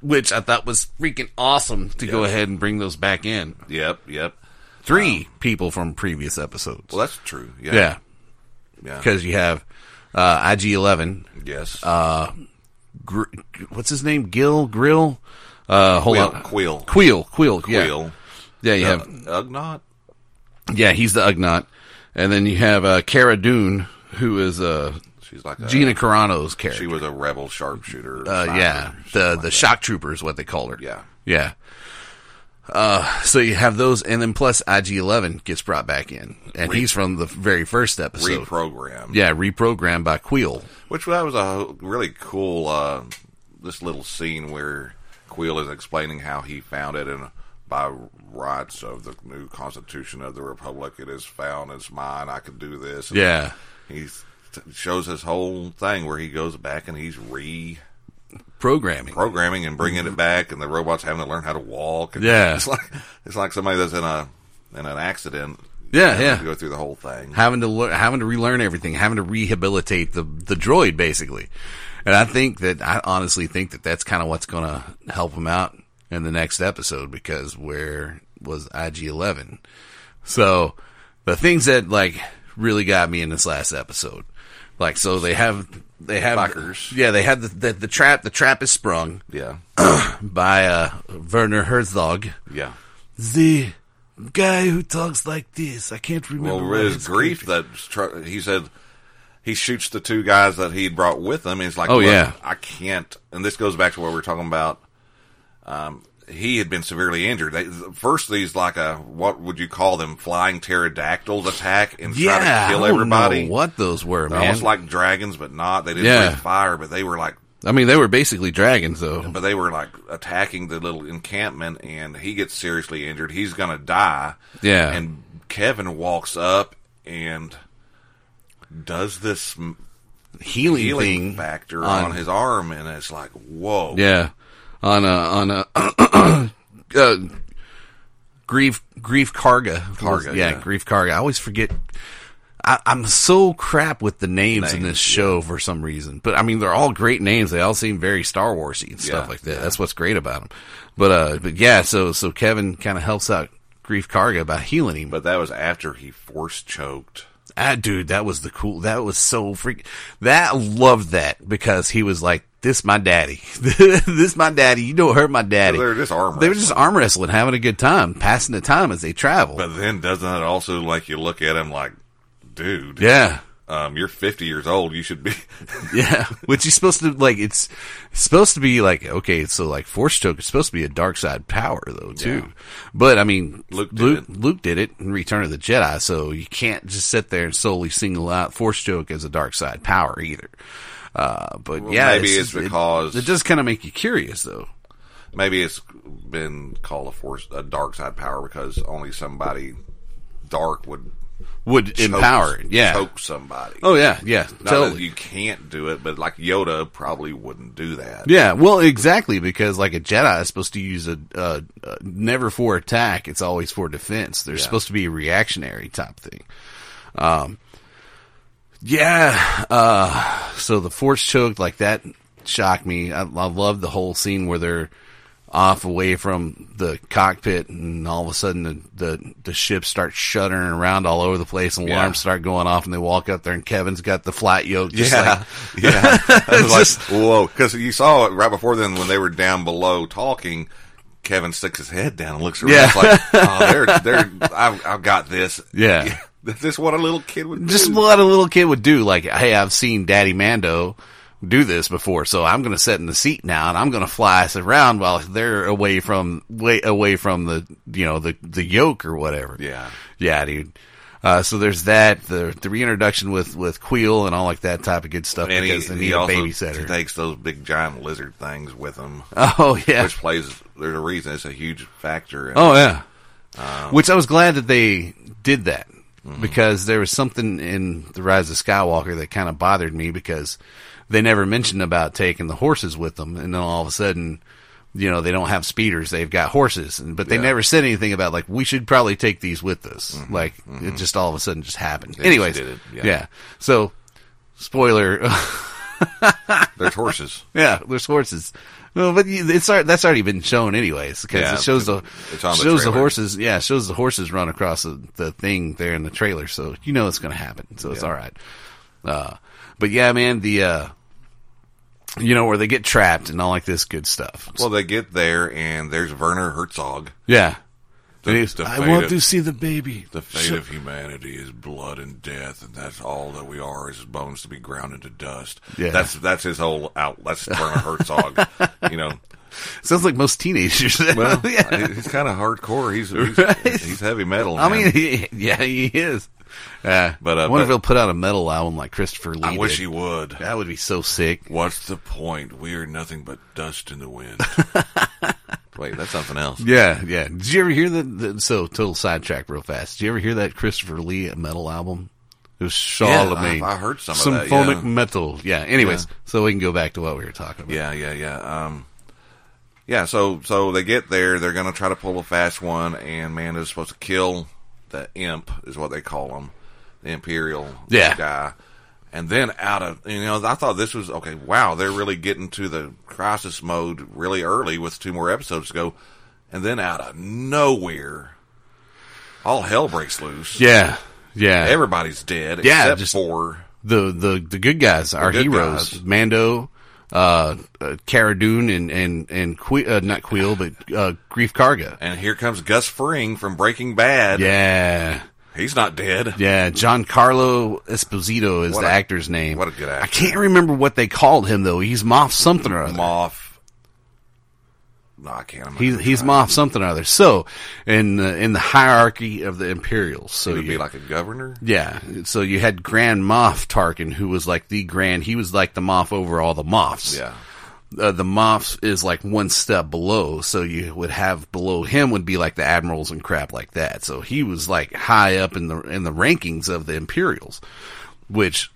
Speaker 6: Which I thought was freaking awesome to go ahead and bring those back in.
Speaker 7: Yep, yep.
Speaker 6: Three people from previous episodes.
Speaker 7: Well, that's true. Yeah,
Speaker 6: yeah,
Speaker 7: yeah.
Speaker 6: because you have uh, IG Eleven.
Speaker 7: yes.
Speaker 6: uh, Gr- what's his name? Gil Grill. Uh, hold
Speaker 7: Quill,
Speaker 6: on.
Speaker 7: Quill,
Speaker 6: Quill. Quill. Yeah.
Speaker 7: Quill.
Speaker 6: Yeah, you
Speaker 7: Uh,
Speaker 6: have
Speaker 7: Ugnaught.
Speaker 6: Yeah, he's the Ugnaught. And then you have uh, Cara Dune, who is uh,
Speaker 7: She's like a,
Speaker 6: Gina Carano's
Speaker 7: She
Speaker 6: character.
Speaker 7: was a rebel sharpshooter.
Speaker 6: Uh,
Speaker 7: sniper,
Speaker 6: yeah,
Speaker 7: something
Speaker 6: the
Speaker 7: like
Speaker 6: the
Speaker 7: that.
Speaker 6: shock trooper is what they call her.
Speaker 7: Yeah.
Speaker 6: yeah. Uh, so you have those, and then plus IG Eleven gets brought back in, and he's from the very first episode.
Speaker 7: reprogrammed.
Speaker 6: yeah, reprogrammed by Queel.
Speaker 7: Which that was a really cool uh, this little scene where Quill is explaining how he found it and by rights of the new Constitution of the Republic, it is found. It's mine. I can do this. And
Speaker 6: Yeah,
Speaker 7: he s- shows his whole thing where he goes back and he's reprogramming
Speaker 6: programming.
Speaker 7: and bringing it back, and the robots having to learn how to walk. And
Speaker 6: Yeah.
Speaker 7: it's like it's like somebody that's in a in an accident.
Speaker 6: Yeah,
Speaker 7: They
Speaker 6: yeah.
Speaker 7: have to go through the whole thing.
Speaker 6: having to lear- having to relearn everything, having to rehabilitate the the droid basically. And I think that I honestly think that that's kind of what's going to help him out in the next episode because where was IG Eleven? So the things that like really got me in this last episode, like so they have they have
Speaker 7: Fuckers.
Speaker 6: yeah they have the, the the trap the trap is sprung
Speaker 7: Yeah,
Speaker 6: by uh, Werner Herzog
Speaker 7: yeah.
Speaker 6: the guy who talks like this. I can't remember.
Speaker 7: Well,
Speaker 6: what
Speaker 7: his grief
Speaker 6: character-
Speaker 7: that tr- he said he shoots the two guys that he brought with him. He's like,
Speaker 6: Oh,
Speaker 7: "Look,
Speaker 6: yeah.
Speaker 7: I can't." And this goes back to what we were talking about. Um, he had been severely injured. They, first, these like a what would you call them? Flying pterodactyls attack and try
Speaker 6: yeah,
Speaker 7: to kill
Speaker 6: I don't
Speaker 7: everybody.
Speaker 6: know what those were,
Speaker 7: They're
Speaker 6: man?
Speaker 7: almost like dragons, but not. They didn't
Speaker 6: Yeah.
Speaker 7: breathe fire, but they were like
Speaker 6: I mean, they were basically dragons, though.
Speaker 7: but they were like attacking the little encampment and he gets seriously injured he's gonna die
Speaker 6: Yeah.
Speaker 7: and kevin walks up and does this m-
Speaker 6: Healing,
Speaker 7: healing
Speaker 6: thing
Speaker 7: factor on, his arm and it's like whoa
Speaker 6: Yeah, on a on a uh, grief grief carga
Speaker 7: Karga,
Speaker 6: yeah,
Speaker 7: yeah.
Speaker 6: grief carga. I always forget. I, I'm so crap with the names, in
Speaker 7: Names,
Speaker 6: this show for some reason, but I mean they're all great names. They all seem very Star Warsy and stuff
Speaker 7: Yeah,
Speaker 6: like that. That's what's great about them. But uh, but yeah, so so Kevin kind of helps out grief carga by healing him.
Speaker 7: but that was after he force choked
Speaker 6: Ah, dude, that was the cool. That was so freak. That I loved that because he was like, "This my daddy. this my daddy. You don't hurt my daddy."
Speaker 7: So they're just arm
Speaker 6: They were just arm wrestling, having a good time, passing the time as they travel.
Speaker 7: but then doesn't it also like you look at him like dude
Speaker 6: yeah,
Speaker 7: um, you're 50 years old you should be
Speaker 6: yeah. Which is supposed to like it's, it's supposed to be like okay, so like force choke is supposed to be a dark side power though too. But I mean,
Speaker 7: Luke did
Speaker 6: Luke,
Speaker 7: it.
Speaker 6: Luke did it in Return of the Jedi, so you can't just sit there and solely single out force choke as a dark side power either. Uh, but
Speaker 7: Well,
Speaker 6: yeah,
Speaker 7: maybe it's
Speaker 6: it-
Speaker 7: because-
Speaker 6: it, does kind of make you curious though.
Speaker 7: maybe it's been called a force a dark side power because only somebody dark would
Speaker 6: Would
Speaker 7: choke-
Speaker 6: empower, it, yeah.
Speaker 7: choke somebody
Speaker 6: Oh yeah, yeah,
Speaker 7: Not
Speaker 6: totally.
Speaker 7: that you can't do it, but like Yoda probably wouldn't do that.
Speaker 6: Yeah, well, exactly because like a Jedi is supposed to use a uh, uh, never for attack; it's always for defense. They're supposed to be a reactionary type thing. Um, yeah. Uh, so the force choked like that shocked me. I, I love the whole scene where they're off away from the cockpit, and all of a sudden the the, the ship starts shuddering around all over the place, and
Speaker 7: Yeah.
Speaker 6: alarms start going off, and they walk up there, and Kevin's got the flat yoke, just like
Speaker 7: yeah. I was like,
Speaker 6: Just-
Speaker 7: whoa, because you saw it right before then when they were down below talking. Kevin sticks his head down and looks around.
Speaker 6: Yeah.
Speaker 7: It's like, oh, they're, they're, I've, I've got this.
Speaker 6: Yeah.
Speaker 7: This is what a little kid would do.
Speaker 6: just what a little kid would do. Like, hey, I've seen Daddy Mando do this before, so I'm going to sit in the seat now and I'm going to fly us around while they're away from way away from the you know the the yoke or whatever.
Speaker 7: Yeah.
Speaker 6: yeah, dude. Uh, so there's that the the reintroduction with with Queel and all like that type of good stuff
Speaker 7: And he,
Speaker 6: because they need
Speaker 7: he
Speaker 6: a
Speaker 7: also
Speaker 6: babysitter.
Speaker 7: takes those big giant lizard things with him,
Speaker 6: oh yeah,
Speaker 7: which plays, there's a reason. It's a huge factor. in-
Speaker 6: Oh yeah.
Speaker 7: Um,
Speaker 6: Which I was glad that they did that
Speaker 7: Mm-hmm.
Speaker 6: because there was something in the Rise of Skywalker that kind of bothered me because they never mentioned about taking the horses with them, and then all of a sudden. You know they don't have speeders; they've got horses, and, but they
Speaker 7: Yeah. Mm-hmm.
Speaker 6: never said anything about like we should probably take these with us. Like it just all of a sudden just happened. Anyways,
Speaker 7: did it,
Speaker 6: yeah.
Speaker 7: yeah.
Speaker 6: So, spoiler,
Speaker 7: There's horses.
Speaker 6: yeah, there's horses. No, but you- it's al- that's already been shown anyways because
Speaker 7: Yeah,
Speaker 6: it shows the
Speaker 7: it's on the
Speaker 6: shows the
Speaker 7: trailer.
Speaker 6: horses. Yeah, it shows the horses run across the, the thing there in the trailer, so you know it's going to happen. So it's all right. Uh, but yeah, man, the uh, you know where they get trapped and all like this good stuff.
Speaker 7: Well, they get there and there's Werner Herzog.
Speaker 6: yeah,
Speaker 7: The-
Speaker 6: And he's,
Speaker 7: the
Speaker 6: I
Speaker 7: fate
Speaker 6: want
Speaker 7: of-
Speaker 6: to see the baby.
Speaker 7: The fate of humanity is blood and death, and that's all that we are is bones to be ground into dust.
Speaker 6: Yeah.
Speaker 7: That's that's his whole out. That's Werner Herzog. you know,
Speaker 6: Sounds like most teenagers.
Speaker 7: well,
Speaker 6: Yeah.
Speaker 7: he- he's kind of hardcore. He's he's, he's heavy metal.
Speaker 6: I
Speaker 7: man.
Speaker 6: mean, he, yeah, he is. Uh,
Speaker 7: But,
Speaker 6: but
Speaker 7: uh,
Speaker 6: I wonder if
Speaker 7: but-
Speaker 6: he'll put out a metal album like Christopher Lee.
Speaker 7: I wish
Speaker 6: did.
Speaker 7: he would.
Speaker 6: That would be so sick.
Speaker 7: What's the point? We are nothing but dust in the wind. Wait, that's something else.
Speaker 6: Yeah, yeah. Did you ever hear the, the so total sidetrack real fast? Did you ever hear that Christopher Lee metal album? It was Charlemagne.
Speaker 7: Yeah, I- I heard some of that,
Speaker 6: symphonic
Speaker 7: yeah.
Speaker 6: metal. Yeah. Anyways, so we can go back to what we were talking about.
Speaker 7: Yeah, yeah, yeah. Um, yeah. So, so they get there. They're gonna try to pull a fast one, and Mando's supposed to kill the imp, is what they call him, the imperial
Speaker 6: Yeah.
Speaker 7: guy. And then out of you know, I thought this was okay. Wow, they're really getting to the crisis mode really early with two more episodes to go, and then out of nowhere, all hell breaks loose.
Speaker 6: yeah, yeah.
Speaker 7: everybody's dead.
Speaker 6: Yeah,
Speaker 7: except
Speaker 6: just-
Speaker 7: for
Speaker 6: the the the good guys, our
Speaker 7: good
Speaker 6: heroes,
Speaker 7: guys.
Speaker 6: Mando, uh, uh, Cara Dune and and and que- uh, not Queel, but uh, Grief Karga.
Speaker 7: And here comes Gus Fring from Breaking Bad.
Speaker 6: Yeah,
Speaker 7: He's not dead.
Speaker 6: yeah. Giancarlo Esposito is
Speaker 7: What
Speaker 6: the
Speaker 7: a-
Speaker 6: actor's name.
Speaker 7: what a good actor.
Speaker 6: I can't remember what they called him though. He's Moff something or other.
Speaker 7: Moff. No, I can't. imagine.
Speaker 6: He's he's Moff something or other. So in the, in the hierarchy of the Imperials, so
Speaker 7: He would
Speaker 6: you-
Speaker 7: be like a governor.
Speaker 6: Yeah. So you had Grand Moff Tarkin, who was like the Grand. He was like the Moff over all the Moffs.
Speaker 7: Yeah.
Speaker 6: Uh, the Moff is like one step below. So you would have below him would be like the admirals and crap like that. So he was like high up in the in the rankings of the Imperials, which.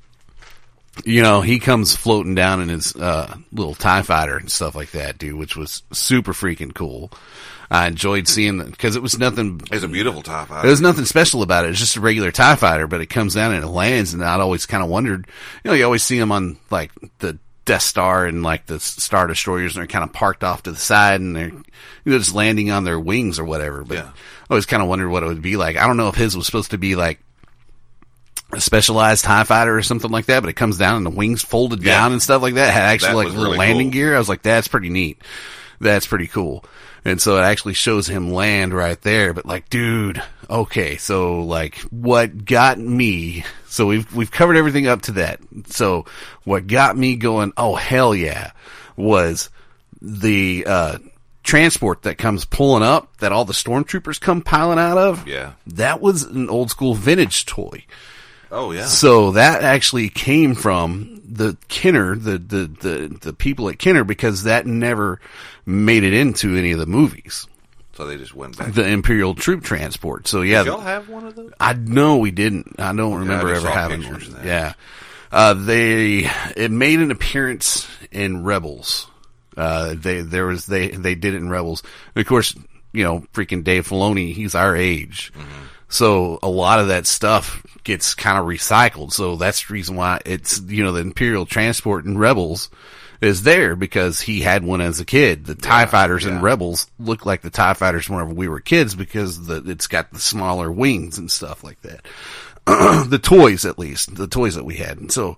Speaker 6: You know, he comes floating down in his uh, little TIE fighter and stuff like that, dude, which was super freaking cool. I enjoyed seeing that because it was nothing
Speaker 7: He's a beautiful top.
Speaker 6: there's nothing special about it. It's just a regular TIE fighter, but it comes down and it lands. And I'd always kind of wondered, you know, you always see them on like the Death Star and like the S- Star Destroyers, and they're kind of parked off to the side and they're you know, just landing on their wings or whatever. But
Speaker 7: Yeah.
Speaker 6: I always kind of wondered what it would be like. I don't know if his was supposed to be like a specialized TIE fighter or something like that, but it comes down and the wings folded
Speaker 7: Yeah.
Speaker 6: down and stuff like that. It had
Speaker 7: That
Speaker 6: actually like
Speaker 7: was
Speaker 6: little
Speaker 7: really
Speaker 6: landing
Speaker 7: cool.
Speaker 6: gear. I was like, that's pretty neat. That's pretty cool. And so it actually shows him land right there, but like, dude, okay. So like what got me, so we've, we've covered everything up to that. So what got me going, oh hell yeah, was the, uh, transport that comes pulling up that all the stormtroopers come piling out of.
Speaker 7: Yeah.
Speaker 6: That was an old school vintage toy.
Speaker 7: Oh yeah.
Speaker 6: So that actually came from the Kinner, the, the, the, the people at Kinner, because that never made it into any of the movies.
Speaker 7: So they just went back.
Speaker 6: The Imperial troop transport. So yeah,
Speaker 7: Did y'all have one of those?
Speaker 6: I know we didn't. I don't remember
Speaker 7: just
Speaker 6: ever
Speaker 7: saw
Speaker 6: having
Speaker 7: pictures
Speaker 6: one.
Speaker 7: of that.
Speaker 6: Yeah, uh, they it made an appearance in Rebels. Uh, they there was they they did it in Rebels. And of course, you know, freaking Dave Filoni, he's our age,
Speaker 7: Mm-hmm.
Speaker 6: so a lot of that stuff gets kind of recycled. So that's the reason why it's you know the Imperial transport in Rebels. Is there because he had one as a kid. The Tie Fighters in Rebels look like the Tie Fighters whenever we were kids because the, it's got the smaller wings and stuff like that the toys at least the toys that we had and so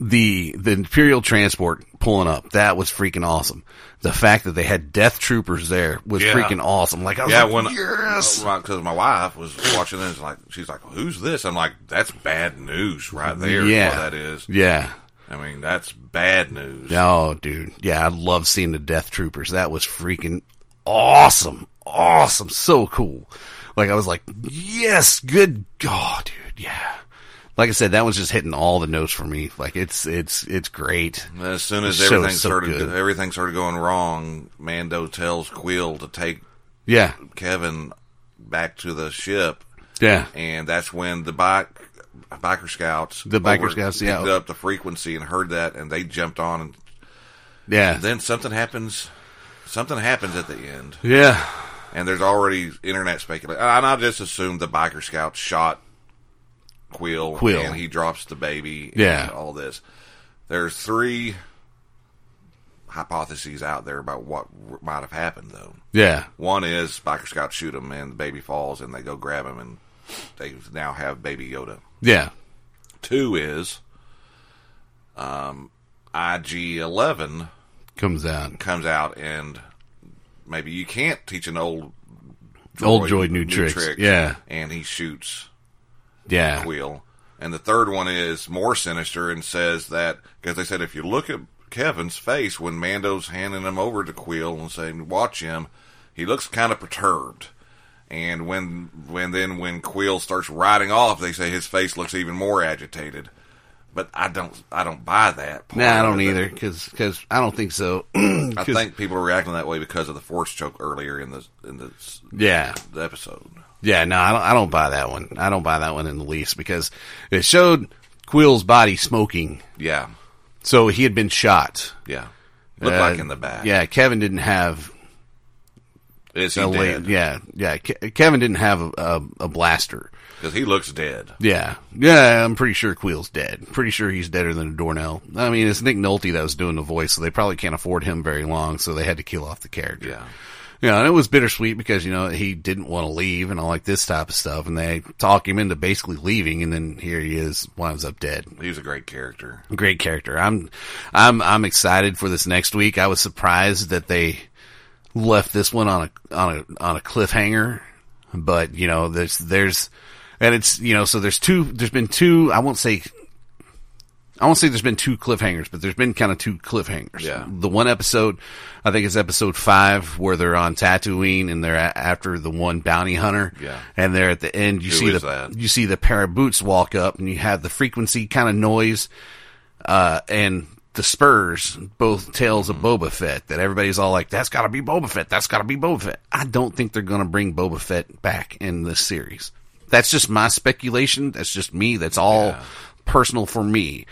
Speaker 6: the the imperial transport pulling up that was freaking awesome the fact that they had death troopers there was
Speaker 7: Yeah.
Speaker 6: freaking awesome like I was
Speaker 7: Yeah,
Speaker 6: like,
Speaker 7: when
Speaker 6: yes
Speaker 7: because Oh, my wife was watching this, like she's like, "Who's this?" I'm like, "That's bad news right there." is
Speaker 6: yeah
Speaker 7: what that is.
Speaker 6: yeah
Speaker 7: I mean, that's bad news.
Speaker 6: oh dude yeah I love seeing the death troopers that was freaking awesome awesome so cool like I was like yes good god dude yeah like I said that was just hitting all the notes for me like it's it's it's great
Speaker 7: And As soon as
Speaker 6: The show
Speaker 7: everything
Speaker 6: is so
Speaker 7: started,
Speaker 6: good.
Speaker 7: everything started going wrong. Mando tells Quill to take
Speaker 6: yeah
Speaker 7: Kevin back to the ship,
Speaker 6: yeah
Speaker 7: and that's when the bike biker scouts
Speaker 6: The biker
Speaker 7: over-
Speaker 6: scouts,
Speaker 7: picked
Speaker 6: yeah.
Speaker 7: up the frequency and heard that, and they jumped on. And
Speaker 6: yeah
Speaker 7: then something happens. Something happens at the end.
Speaker 6: Yeah.
Speaker 7: and there's already internet speculation. And I just assumed the biker scout shot Quill,
Speaker 6: Quill.
Speaker 7: and he drops the baby. and
Speaker 6: Yeah.
Speaker 7: all this. There's three hypotheses out there about what r- might have happened, though.
Speaker 6: Yeah.
Speaker 7: One is biker scout shoot him, and the baby falls, and they go grab him, and they now have baby Yoda.
Speaker 6: Yeah.
Speaker 7: Two is, um, IG Eleven
Speaker 6: Comes out.
Speaker 7: comes out, and maybe you can't teach an old
Speaker 6: Old droid, new, tricks. Yeah.
Speaker 7: and he shoots
Speaker 6: Yeah.
Speaker 7: Quill. And the third one is more sinister and says that because they said if you look at Kevin's face when Mando's handing him over to Quill and saying watch him, he looks kind of perturbed. And when when then when Quill starts riding off, they say his face looks even more agitated. But I don't I don't buy that. part
Speaker 6: Nah, I
Speaker 7: of
Speaker 6: don't
Speaker 7: it.
Speaker 6: either because I don't think so.
Speaker 7: I think people are reacting that way because of the force choke earlier in the in the, s-
Speaker 6: yeah.
Speaker 7: the episode.
Speaker 6: Yeah. No, I don't, I don't buy that one. I don't buy that one in the least because it showed Quill's body smoking.
Speaker 7: Yeah,
Speaker 6: So he had been shot.
Speaker 7: yeah. Look
Speaker 6: Uh,
Speaker 7: like in the back.
Speaker 6: Yeah. Kevin didn't have.
Speaker 7: is he
Speaker 6: A la-
Speaker 7: dead?
Speaker 6: yeah. Yeah. Ke- Kevin didn't have a, a, a blaster.
Speaker 7: Because he looks dead.
Speaker 6: Yeah. Yeah, I'm pretty sure Quill's dead. Pretty sure he's deader than a doornail. I mean, it's Nick Nolte that was doing the voice, so they probably can't afford him very long, so they had to kill off the character.
Speaker 7: Yeah.
Speaker 6: you know, and it was bittersweet because, you know, he didn't want to leave and all like this type of stuff. And they talk him into basically leaving. And then here he is, winds up dead.
Speaker 7: He was a great character.
Speaker 6: Great character. I'm, I'm, I'm excited for this next week. I was surprised that they left this one on a, on a, on a cliffhanger, but you know, there's, there's, and it's, you know, so there's two, there's been two, I won't say I won't say there's been two cliffhangers, but there's been kind of two cliffhangers.
Speaker 7: Yeah.
Speaker 6: The one episode, I think it's episode five, where they're on Tatooine and they're a- after the one bounty hunter.
Speaker 7: Yeah.
Speaker 6: And they're at the end, you
Speaker 7: Who
Speaker 6: see the
Speaker 7: is that?
Speaker 6: you see the pair of boots walk up, and you have the frequency kind of noise, uh, and the spurs, both tails of
Speaker 7: Mm-hmm.
Speaker 6: Boba Fett. That everybody's all like, "That's got to be Boba Fett. That's got to be Boba Fett." I don't think they're gonna bring Boba Fett back in this series. That's just my speculation. That's just me. That's all personal for me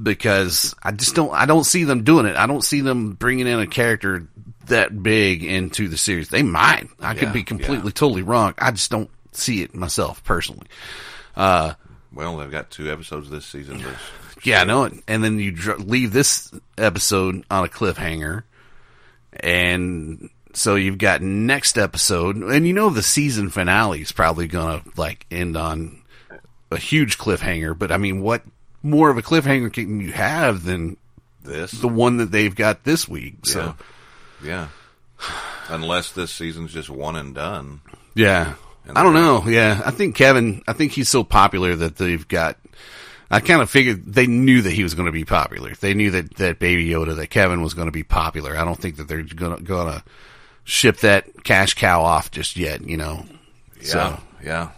Speaker 6: because I just don't I don't see them doing it. I don't see them bringing in a character that big into the series. They might. I could
Speaker 7: Yeah,
Speaker 6: be completely totally wrong. I just don't see it myself personally.
Speaker 7: Well, they've got two episodes this season. This.
Speaker 6: Yeah, I know it. And then you dr- leave this episode on a cliffhanger, and so you've got next episode, and you know the season finale is probably gonna like end on a huge cliffhanger. But I mean, what more of a cliffhanger can you have than
Speaker 7: This?
Speaker 6: the one that they've got this week? So.
Speaker 7: yeah. yeah. Unless this season's just one and done.
Speaker 6: Yeah.
Speaker 7: And
Speaker 6: I don't
Speaker 7: they're-
Speaker 6: know. Yeah. I think Kevin, I think he's so popular that they've got, I kind of figured they knew that he was going to be popular. They knew that, that Baby Yoda, that Kevin was going to be popular. I don't think that they're going to, going to ship that cash cow off just yet, you know?
Speaker 7: Yeah.
Speaker 6: So-
Speaker 7: Yeah.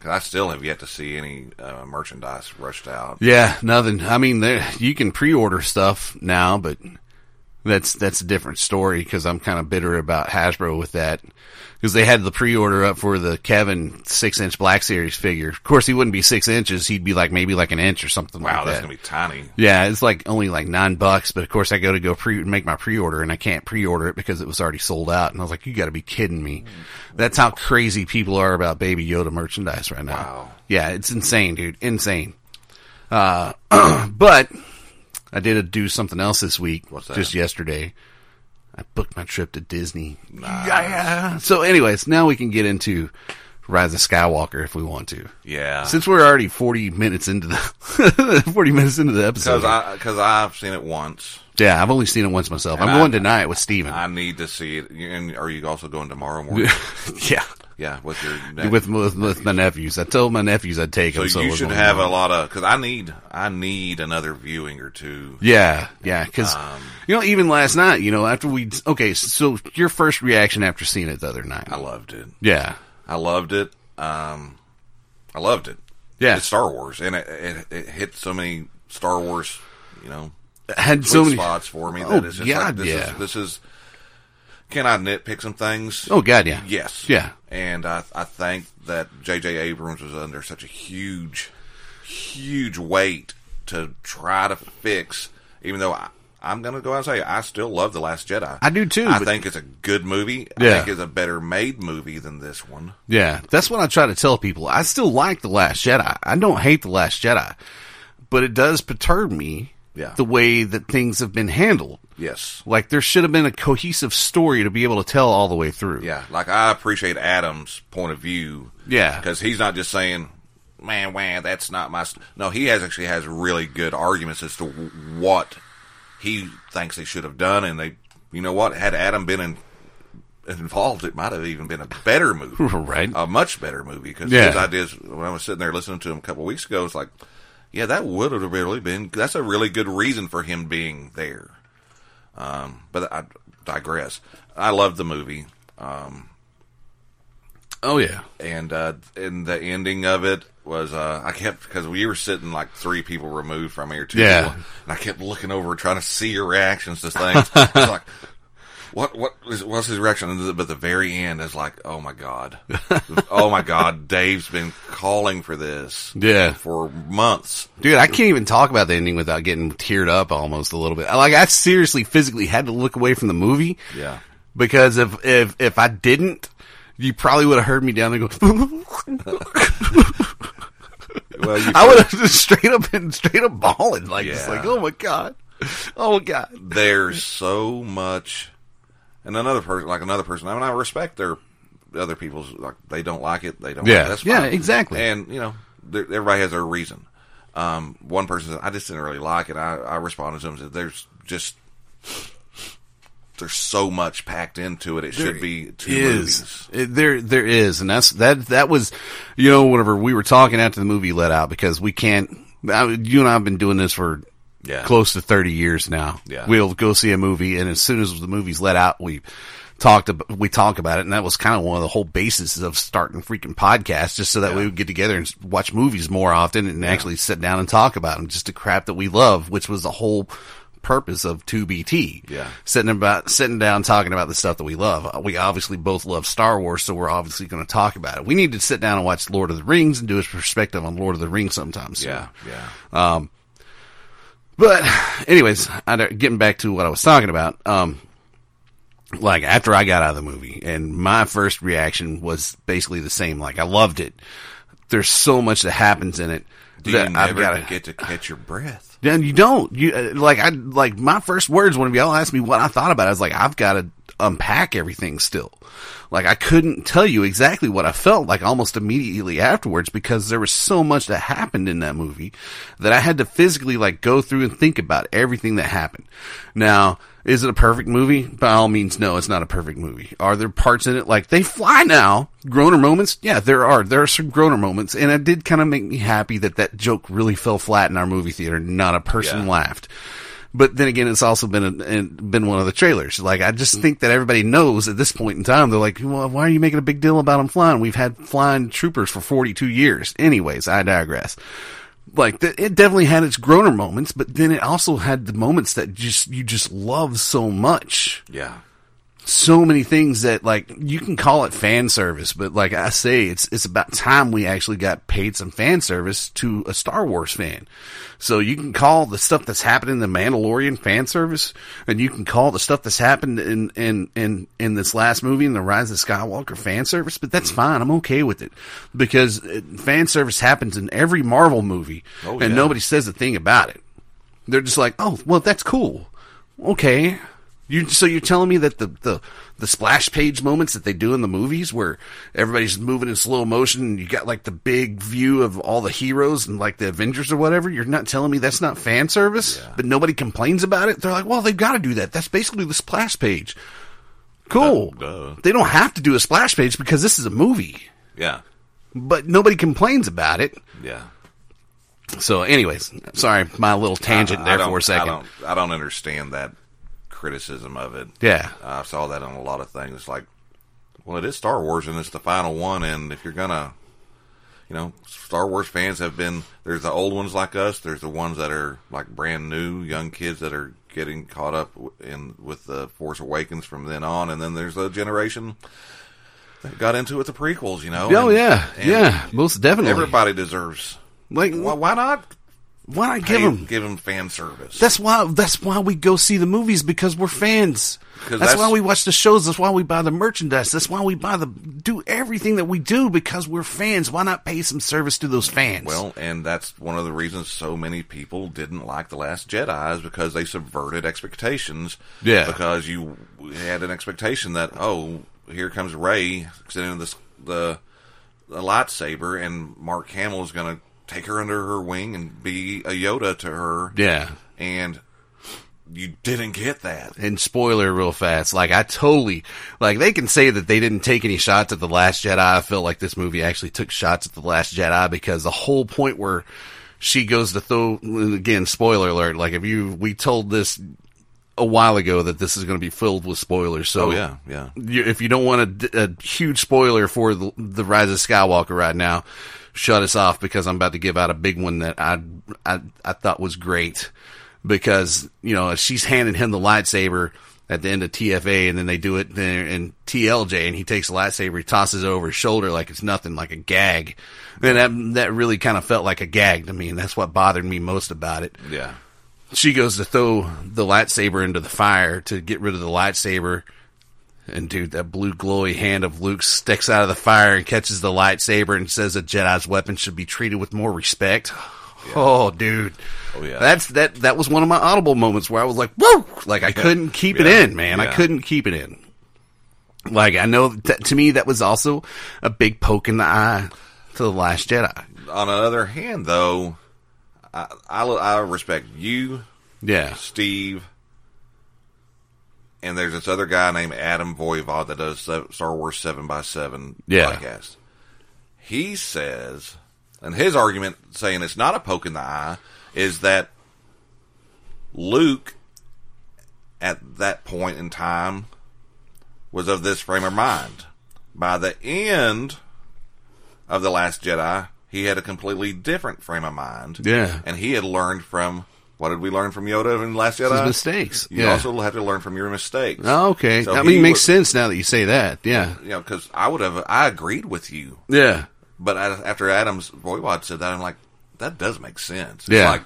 Speaker 7: 'Cause I still have yet to see any uh, merchandise rushed out.
Speaker 6: Yeah. Nothing. I mean, there, you can pre-order stuff now, but that's, that's a different story because I'm kind of bitter about Hasbro with that. Because they had the pre-order up for the Kevin six-inch Black Series figure. Of course, he wouldn't be six inches; he'd be like maybe like an inch or something
Speaker 7: Wow,
Speaker 6: like
Speaker 7: that's
Speaker 6: that.
Speaker 7: going to be tiny.
Speaker 6: Yeah, it's like only like nine bucks, but of course I go to go pre make my pre order and I can't pre order it because it was already sold out. And I was like, you got to be kidding me! That's how crazy people are about Baby Yoda merchandise right now.
Speaker 7: Wow.
Speaker 6: Yeah, it's insane, dude, insane. Uh, but I did do something else this week.
Speaker 7: What's that?
Speaker 6: Just yesterday, I booked my trip to Disney. Yeah. So, anyways, now we can get into Rise of Skywalker if we want to.
Speaker 7: Yeah.
Speaker 6: Since we're already forty minutes into the forty minutes into the episode,
Speaker 7: Because I because I've seen it once.
Speaker 6: yeah, I've only seen it once myself. I'm
Speaker 7: I-
Speaker 6: going tonight with Steven.
Speaker 7: I need to see it. You- And are you also going tomorrow morning?
Speaker 6: yeah,
Speaker 7: yeah, with your neck.
Speaker 6: with, with with my nephews. I told my nephews I'd take
Speaker 7: so,
Speaker 6: them. So
Speaker 7: you
Speaker 6: we're
Speaker 7: should
Speaker 6: going
Speaker 7: have a
Speaker 6: tomorrow.
Speaker 7: lot of because I need I need another viewing or two.
Speaker 6: Yeah, yeah, because
Speaker 7: Um,
Speaker 6: you know, even last night, you know, after we okay, so your first reaction after seeing it the other night,
Speaker 7: I loved it.
Speaker 6: yeah,
Speaker 7: I loved it. Um, I loved it.
Speaker 6: yeah,
Speaker 7: It's Star Wars, and it, it, it hit so many Star Wars, you know,
Speaker 6: had
Speaker 7: sweet
Speaker 6: so many.
Speaker 7: spots for me. That
Speaker 6: Oh,
Speaker 7: it's just
Speaker 6: God,
Speaker 7: like, this
Speaker 6: yeah.
Speaker 7: is this is. Can I nitpick some things?
Speaker 6: Oh God, yeah,
Speaker 7: Yes.
Speaker 6: yeah,
Speaker 7: And I, I think that J.J. Abrams was under such a huge, huge weight to try to fix, even though I, I'm going to go out and say I still love The Last Jedi.
Speaker 6: I do too,
Speaker 7: I
Speaker 6: but-
Speaker 7: think it's a good movie. I
Speaker 6: Yeah.
Speaker 7: think it's a better made movie than this one.
Speaker 6: yeah. That's what I try to tell people. I still like the Last Jedi. I don't hate the Last Jedi, but it does perturb me.
Speaker 7: Yeah.
Speaker 6: the way that things have been handled.
Speaker 7: Yes.
Speaker 6: Like there should have been a cohesive story to be able to tell all the way through.
Speaker 7: Yeah. Like, I appreciate Adam's point of view.
Speaker 6: Yeah.
Speaker 7: Because he's not just saying, man, man, that's not my. St-. No, he has actually has really good arguments as to w- what he thinks they should have done. And they, you know what? Had Adam been in, involved, it might have even been a better movie.
Speaker 6: Right.
Speaker 7: A much better movie. Because
Speaker 6: Yeah.
Speaker 7: his ideas, when I was sitting there listening to him a couple of weeks ago, it's like, yeah, that would have really been. That's a really good reason for him being there. Um, but I digress. I love the movie. Um,
Speaker 6: Oh yeah.
Speaker 7: and uh and the ending of it was uh I kept because we were sitting like three people removed from here too,
Speaker 6: Yeah.
Speaker 7: and I kept looking over trying to see your reactions to things. It's like, what what is what's his reaction? And the- But the very end is like, oh my god, oh my god, Dave's been calling for this,
Speaker 6: Yeah.
Speaker 7: for months.
Speaker 6: Dude, I can't even talk about the ending without getting teared up almost a little bit. Like I seriously physically had to look away from the movie
Speaker 7: Yeah,
Speaker 6: because if if if I didn't, you probably would have heard me down there go
Speaker 7: well, you
Speaker 6: I would have just straight up been straight up bawling like it's
Speaker 7: Yeah.
Speaker 6: like, "Oh my god. Oh my god."
Speaker 7: there's so much and another person like another person. I mean, I respect their other people's like they don't like it. They don't.
Speaker 6: Yeah.
Speaker 7: like it. that's
Speaker 6: Yeah,
Speaker 7: fine.
Speaker 6: exactly.
Speaker 7: And you know, there- everybody has their reason. Um, one person said, "I just didn't really like it." I, I responded to him and said, "There's just." There's so much packed into it. It should be two movies.
Speaker 6: is It- there there is and that's that that was you know whenever we were talking after the movie let out because we can't I, you and I've been doing this for
Speaker 7: Yeah.
Speaker 6: close to 30 years now
Speaker 7: Yeah.
Speaker 6: we'll go see a movie and as soon as the movie's let out we talked ab- we talk about it and that was kind of one of the whole basis of starting freaking podcasts just so that we would get together and s- watch movies more often and actually sit down and talk about them just the crap that we love which was the whole purpose of 2BT
Speaker 7: Yeah.
Speaker 6: sitting about sitting down talking about the stuff that we love. Uh, We obviously both love Star Wars, so we're obviously going to talk about it. We need to sit down and watch Lord of the Rings and do a perspective on Lord of the Rings sometime soon.
Speaker 7: Yeah, yeah.
Speaker 6: But anyways, I, don't- getting back to what I was talking about, um, like after I got out of the movie and my first reaction was basically the same. Like I loved it. There's so much that happens in it.
Speaker 7: Do
Speaker 6: that
Speaker 7: you never
Speaker 6: gotta-
Speaker 7: get to catch your breath?
Speaker 6: then you don't. You uh, like I like my first words when y'all asked me what I thought about. it, I was like, I've got to unpack everything still. Like I couldn't tell you exactly what I felt like almost immediately afterwards because there was so much that happened in that movie that I had to physically like go through and think about everything that happened. Now, is it a perfect movie? By all means, no, it's not a perfect movie. Are there parts in it like they fly now? Groaner moments? Yeah, there are. There are some groaner moments, and it did kind of make me happy that that joke really fell flat in our movie theater. Not a person
Speaker 7: Yeah.
Speaker 6: laughed. But then again, it's also been a, and been one of the trailers. Like I just think that everybody knows at this point in time, they're like, "Well, why are you making a big deal about them flying? We've had flying troopers for forty two years." Anyways, I digress like th- it definitely had its groaner moments, but then it also had the moments that just you just love so much.
Speaker 7: Yeah.
Speaker 6: So many things that like you can call it fan service, but like I say, it's it's about time we actually got paid some fan service to a Star Wars fan. So you can call the stuff that's happening in the Mandalorian fan service, and you can call the stuff that's happened in in in in this last movie in the Rise of Skywalker fan service, but that's fine. I'm okay with it because uh, fan service happens in every Marvel movie,
Speaker 7: Oh,
Speaker 6: and
Speaker 7: yeah.
Speaker 6: nobody says a thing about it. They're just like, oh, well, that's cool. Okay. You, so you're telling me that the, the, the splash page moments that they do in the movies where everybody's moving in slow motion and you got like the big view of all the heroes and like the Avengers or whatever, you're not telling me that's not fan service, but nobody complains about it. They're like, well, they've got to do that. That's basically the splash page. Cool.
Speaker 7: Duh, duh.
Speaker 6: They don't have to do a splash page because this is a movie,
Speaker 7: Yeah.
Speaker 6: but nobody complains about it.
Speaker 7: Yeah.
Speaker 6: So anyways, sorry, my little tangent
Speaker 7: I- I
Speaker 6: there
Speaker 7: don't-
Speaker 6: for a second.
Speaker 7: I don't, I don't understand that criticism of it.
Speaker 6: Yeah.
Speaker 7: I saw that on a lot of things. Like, well, it is Star Wars, and it's the final one. And if you're gonna, you know, Star Wars fans have been. There's the old ones like us. There's the ones that are like brand new, young kids that are getting caught up w- in with the Force Awakens from then on. And then there's a generation that got into it with the prequels. You know.
Speaker 6: Oh
Speaker 7: and-
Speaker 6: yeah,
Speaker 7: and
Speaker 6: yeah, most definitely.
Speaker 7: Everybody deserves.
Speaker 6: like,
Speaker 7: Why, why not
Speaker 6: why not
Speaker 7: pay,
Speaker 6: give them?
Speaker 7: give them fan service?
Speaker 6: That's why. That's why we go see the movies because we're fans.
Speaker 7: 'Cause
Speaker 6: That's,
Speaker 7: that's-
Speaker 6: why we watch the shows. That's why we buy the merchandise. That's why we buy the do everything that we do because we're fans. Why not pay some service to those fans?
Speaker 7: Well, Oh, and that's one of the reasons so many people didn't like The Last Jedi is because they subverted expectations.
Speaker 6: Yeah.
Speaker 7: Because you had an expectation that, oh, here comes Ray sitting this the the lightsaber and Mark Hamill is gonna take her under her wing and be a Yoda to her.
Speaker 6: yeah.
Speaker 7: And you didn't get that.
Speaker 6: And spoiler real fast. Like I totally like they can say that they didn't take any shots at the Last Jedi. I feel like this movie actually took shots at the Last Jedi because the whole point where she goes to throw and again spoiler alert. Like if you we told this a while ago that this is going to be filled with spoilers. So
Speaker 7: Oh yeah, yeah.
Speaker 6: you, if you don't want a, a huge spoiler for the, the Rise of Skywalker right now, shut us off because I'm about to give out a big one that I I, I thought was great because you know she's handing him the lightsaber at the end of TFA and then they do it there in TLJ and he takes the lightsaber he tosses it over his shoulder like it's nothing like a gag and that that really kind of felt like a gag to me and that's what bothered me most about it
Speaker 7: Yeah.
Speaker 6: she goes to throw the lightsaber into the fire to get rid of the lightsaber. And dude, that blue glowy hand of Luke sticks out of the fire and catches the lightsaber and says a Jedi's weapon should be treated with more respect. Oh, dude.
Speaker 7: Oh, yeah.
Speaker 6: That's that that was one of my audible moments where I was like, Whoa like I couldn't keep it
Speaker 7: Yeah.
Speaker 6: in, man. I
Speaker 7: Yeah.
Speaker 6: couldn't keep it in. Like I know that, to me that was also a big poke in the eye to the Last Jedi.
Speaker 7: On the other hand, though, I, I, I respect you,
Speaker 6: Yeah,
Speaker 7: Steve, and there's this other guy named Adam Voivod that does Se- Star Wars 7 by 7
Speaker 6: Yeah.
Speaker 7: podcast. He says, and his argument saying it's not a poke in the eye is that Luke at that point in time was of this frame of mind. By the end of The Last Jedi, he had a completely different frame of mind.
Speaker 6: Yeah.
Speaker 7: And he had learned from what did we learn from Yoda in The Last Jedi?
Speaker 6: his mistakes.
Speaker 7: You
Speaker 6: yeah.
Speaker 7: also have to learn from your mistakes.
Speaker 6: oh, okay.
Speaker 7: So
Speaker 6: I
Speaker 7: he
Speaker 6: mean, makes
Speaker 7: would-
Speaker 6: sense now that you say that. Yeah.
Speaker 7: You know, because I would have, I agreed with you,
Speaker 6: Yeah.
Speaker 7: but I, after Adam's Voivod said that, I'm like, that does make sense. It's
Speaker 6: Yeah.
Speaker 7: like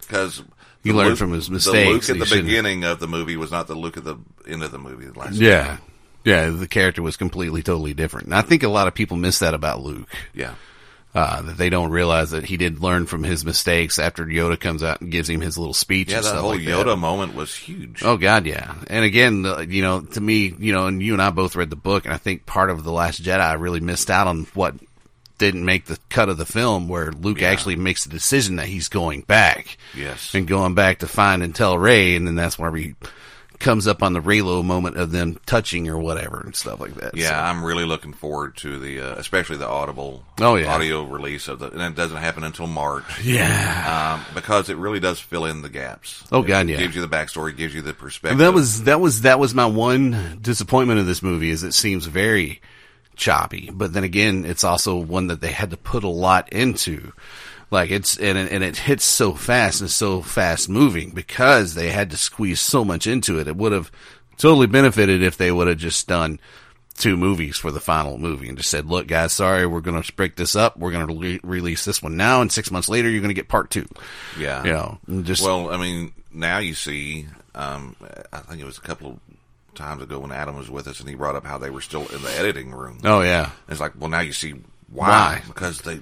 Speaker 7: because
Speaker 6: He learned from his mistakes,
Speaker 7: The
Speaker 6: and
Speaker 7: Luke at
Speaker 6: he
Speaker 7: the
Speaker 6: shouldn't-
Speaker 7: beginning of the movie was not the Luke at the end of the movie. The last
Speaker 6: Yeah. Yeah, the character was completely, totally different. And I think a lot of people miss that about Luke,
Speaker 7: yeah.
Speaker 6: uh, that they don't realize that he did learn from his mistakes after Yoda comes out and gives him his little speech
Speaker 7: Yeah,
Speaker 6: and
Speaker 7: that
Speaker 6: stuff
Speaker 7: whole
Speaker 6: like
Speaker 7: Yoda
Speaker 6: that.
Speaker 7: moment was huge.
Speaker 6: Oh God, yeah. And again, the, you know, to me, you know, and you and I both read the book, and I think part of the Last Jedi I really missed out on what didn't make the cut of the film, where Luke actually makes the decision that he's going back
Speaker 7: Yes.
Speaker 6: and going back to find and tell Ray, and then that's where he comes up on the Raylo moment of them touching or whatever and stuff like that.
Speaker 7: Yeah,
Speaker 6: So-
Speaker 7: I'm really looking forward to the, uh, especially the audible,
Speaker 6: Oh, yeah.
Speaker 7: audio release of the, and it doesn't happen until March,
Speaker 6: yeah.
Speaker 7: um, because it really does fill in the gaps.
Speaker 6: Oh,
Speaker 7: It
Speaker 6: God, yeah.
Speaker 7: gives you the backstory, gives you the perspective.
Speaker 6: that was that was that was my one disappointment of this movie is it seems very choppy but then again it's also one that they had to put a lot into like it's and it, and it hits so fast and so fast moving because they had to squeeze so much into it it would have totally benefited if they would have just done two movies for the final movie and just said look guys sorry we're going to break this up we're going to re- release this one now and 6 months later you're going to get part 2
Speaker 7: yeah,
Speaker 6: you know and just
Speaker 7: Well, I mean, now you see, um, I think it was a couple of times ago when Adam was with us, and he brought up how they were still in the editing room.
Speaker 6: oh yeah
Speaker 7: It's like, well, now you see why.
Speaker 6: Why?
Speaker 7: Because they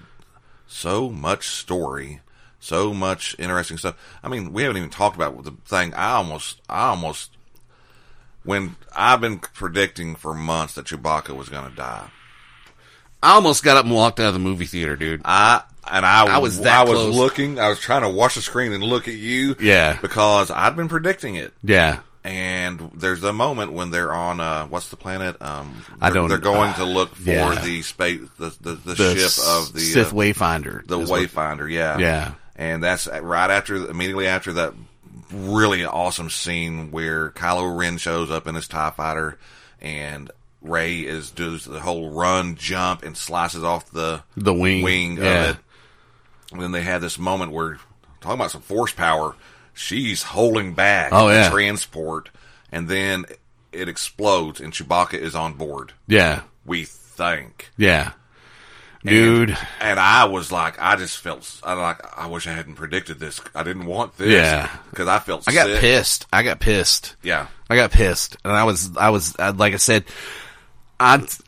Speaker 7: so much story, so much interesting stuff. I mean, we haven't even talked about the thing. I almost, I almost, when I've been predicting for months that Chewbacca was going to die.
Speaker 6: I almost got up and walked out of the movie theater, dude.
Speaker 7: I and I,
Speaker 6: I was that
Speaker 7: I was
Speaker 6: close.
Speaker 7: looking. I was trying to watch the screen and look at you.
Speaker 6: Yeah.
Speaker 7: because I'd been predicting it.
Speaker 6: Yeah.
Speaker 7: and there's a moment when they're on uh, what's the planet? Um,
Speaker 6: I
Speaker 7: they're-
Speaker 6: don't- Uh,
Speaker 7: They're going to look for
Speaker 6: yeah.
Speaker 7: the space, the the, the,
Speaker 6: The
Speaker 7: ship of the
Speaker 6: Sith
Speaker 7: uh,
Speaker 6: Wayfinder.
Speaker 7: the
Speaker 6: is what-
Speaker 7: Wayfinder. Yeah,
Speaker 6: Yeah.
Speaker 7: and that's right after, immediately after that really awesome scene where Kylo Ren shows up in his Tie Fighter, and Ray is does the whole run, jump, and slices off the
Speaker 6: The wing. Yeah.
Speaker 7: of it. And then they had this moment where talking about some force power, she's holding back
Speaker 6: Oh,
Speaker 7: the
Speaker 6: yeah.
Speaker 7: transport, and then it explodes, and Chewbacca is on board.
Speaker 6: Yeah.
Speaker 7: We think.
Speaker 6: Yeah. Dude.
Speaker 7: And I was like, I just felt, I like, I wish I hadn't predicted this. I didn't want this.
Speaker 6: Yeah.
Speaker 7: because I felt.
Speaker 6: I got
Speaker 7: sick.
Speaker 6: pissed. I got pissed.
Speaker 7: Yeah,
Speaker 6: I got pissed. And I was, I was, I, like I said, I t-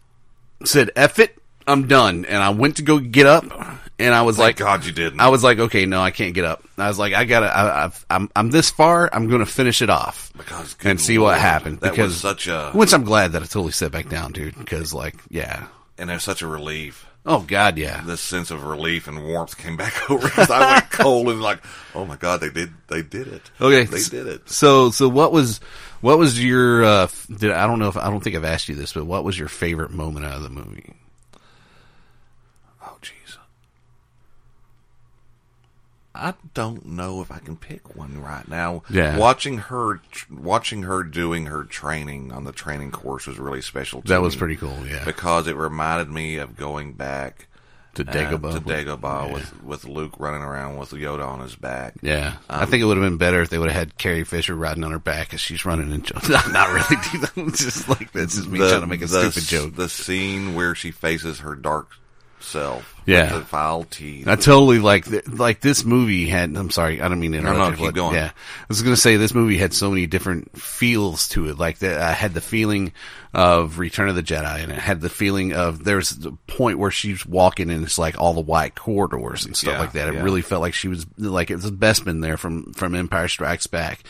Speaker 6: said, F it. I'm done. And I went to go get up and I was
Speaker 7: like
Speaker 6: like,
Speaker 7: God, you didn't.
Speaker 6: I was like, okay, no, I can't get up. I was like, I gotta, I, I've, I'm, I'm this far. I'm gonna finish it off
Speaker 7: Because, good
Speaker 6: and see what
Speaker 7: Lord,
Speaker 6: happened.
Speaker 7: That
Speaker 6: because
Speaker 7: was such a
Speaker 6: Uh, which I'm glad that I totally sat back down, dude. Because like, yeah,
Speaker 7: and it was such a relief.
Speaker 6: oh god, yeah,
Speaker 7: This sense of relief and warmth came back over us. I went cold and like, oh my God, they did, they did it.
Speaker 6: okay,
Speaker 7: they did it.
Speaker 6: So, so what was, what was your? Uh, f- did I don't know if I don't think I've asked you this, but what was your favorite moment out of the movie?
Speaker 7: Oh jeez, I don't know if I can pick one right now.
Speaker 6: Yeah.
Speaker 7: watching her, watching her doing her training on the training course was really special. To
Speaker 6: That was
Speaker 7: me.
Speaker 6: pretty cool. Yeah,
Speaker 7: because it reminded me of going back
Speaker 6: to
Speaker 7: uh,
Speaker 6: Dagobah.
Speaker 7: to Dagobah
Speaker 6: yeah.
Speaker 7: with with Luke running around with Yoda on his back.
Speaker 6: Yeah,
Speaker 7: um,
Speaker 6: I think it would have been better if they would have had Carrie Fisher riding on her back as she's running and not, not really do that. just like this is me trying to make a
Speaker 7: the-
Speaker 6: stupid joke.
Speaker 7: The scene where she faces her dark self,
Speaker 6: Yeah.
Speaker 7: with the foul teeth.
Speaker 6: I totally like th- like this movie had. I'm sorry, I don't mean to interrupt.
Speaker 7: no,
Speaker 6: you,
Speaker 7: keep
Speaker 6: but,
Speaker 7: going.
Speaker 6: Yeah, I was gonna say this movie had so many different feels to it. Like that, I had the feeling of Return of the Jedi, and it had the feeling of there's the point where she's walking and it's like all the white corridors and stuff
Speaker 7: Yeah,
Speaker 6: like that. It
Speaker 7: yeah.
Speaker 6: really felt like she was like it was Bestman there from from Empire Strikes Back.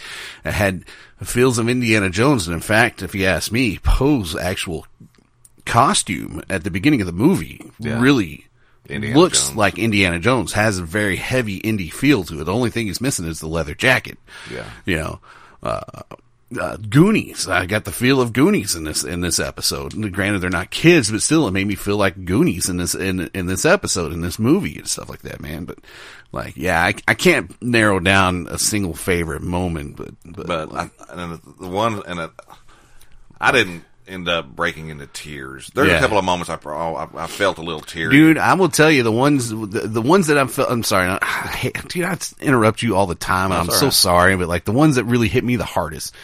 Speaker 6: It had feels of Indiana Jones, and in fact, if you ask me, Poe's actual costume at the beginning of the movie
Speaker 7: Yeah.
Speaker 6: really
Speaker 7: Indiana
Speaker 6: looks
Speaker 7: Jones.
Speaker 6: like Indiana Jones. Has a very heavy indie feel to it. The only thing he's missing is the leather jacket.
Speaker 7: Yeah.
Speaker 6: you know. Uh, uh, Goonies. I got the feel of Goonies in this in this episode. And granted, they're not kids, but still, it made me feel like Goonies in this in in this episode in this movie and stuff like that, man. But like, yeah, I, I can't narrow down a single favorite moment, but but,
Speaker 7: But I, and the one and I I didn't end up breaking into tears. There's
Speaker 6: Yeah.
Speaker 7: a couple of moments I, pro- oh, I I felt a little teary.
Speaker 6: Dude, I will tell you the ones the, the ones that I'm fe- I'm sorry, I, hate- dude. I interrupt you all the time. and I'm so sorry, but like the ones that really hit me the hardest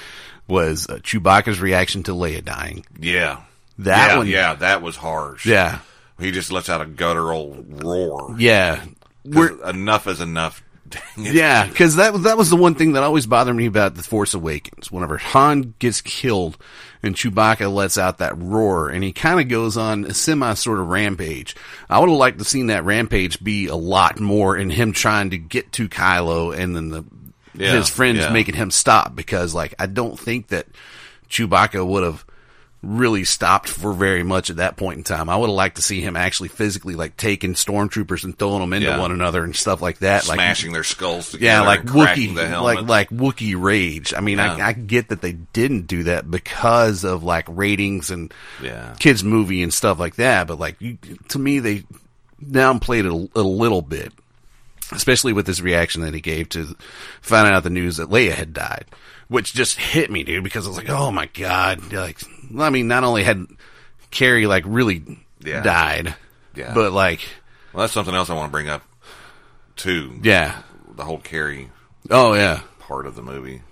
Speaker 6: was uh, Chewbacca's reaction to Leia dying.
Speaker 7: Yeah.
Speaker 6: That
Speaker 7: yeah,
Speaker 6: one-
Speaker 7: yeah, that was harsh.
Speaker 6: Yeah,
Speaker 7: he just lets out a guttural roar.
Speaker 6: yeah,
Speaker 7: 'Cause
Speaker 6: we're
Speaker 7: enough is enough. Dang it.
Speaker 6: yeah, because that was- that was the one thing that always bothered me about the Force Awakens. Whenever Han gets killed and Chewbacca lets out that roar, and he kind of goes on a semi sort of rampage. I would have liked to seen that rampage be a lot more, in him trying to get to Kylo, and then the
Speaker 7: Yeah,
Speaker 6: his friends
Speaker 7: yeah.
Speaker 6: making him stop because, like, I don't think that Chewbacca would have really stopped for very much at that point in time. I would have liked to see him actually physically like taking stormtroopers and throwing them into
Speaker 7: Yeah.
Speaker 6: one another and stuff like that. like
Speaker 7: smashing their skulls together.
Speaker 6: yeah, like
Speaker 7: and cracking
Speaker 6: Wookie,
Speaker 7: the helmet.
Speaker 6: like like Wookie rage. I mean,
Speaker 7: Yeah.
Speaker 6: I, I get that they didn't do that because of like ratings and
Speaker 7: Yeah.
Speaker 6: kids movie and stuff like that. But like you, to me, they downplayed it a, a little bit, especially with this reaction that he gave to finding out the news that Leia had died, which just hit me, dude. Because I was like, oh my god, like I mean, not only had Carrie like really
Speaker 7: Yeah.
Speaker 6: died,
Speaker 7: Yeah.
Speaker 6: but like
Speaker 7: well, that's something else I want to bring up too.
Speaker 6: yeah,
Speaker 7: the whole Carrie
Speaker 6: oh yeah,
Speaker 7: part of the movie.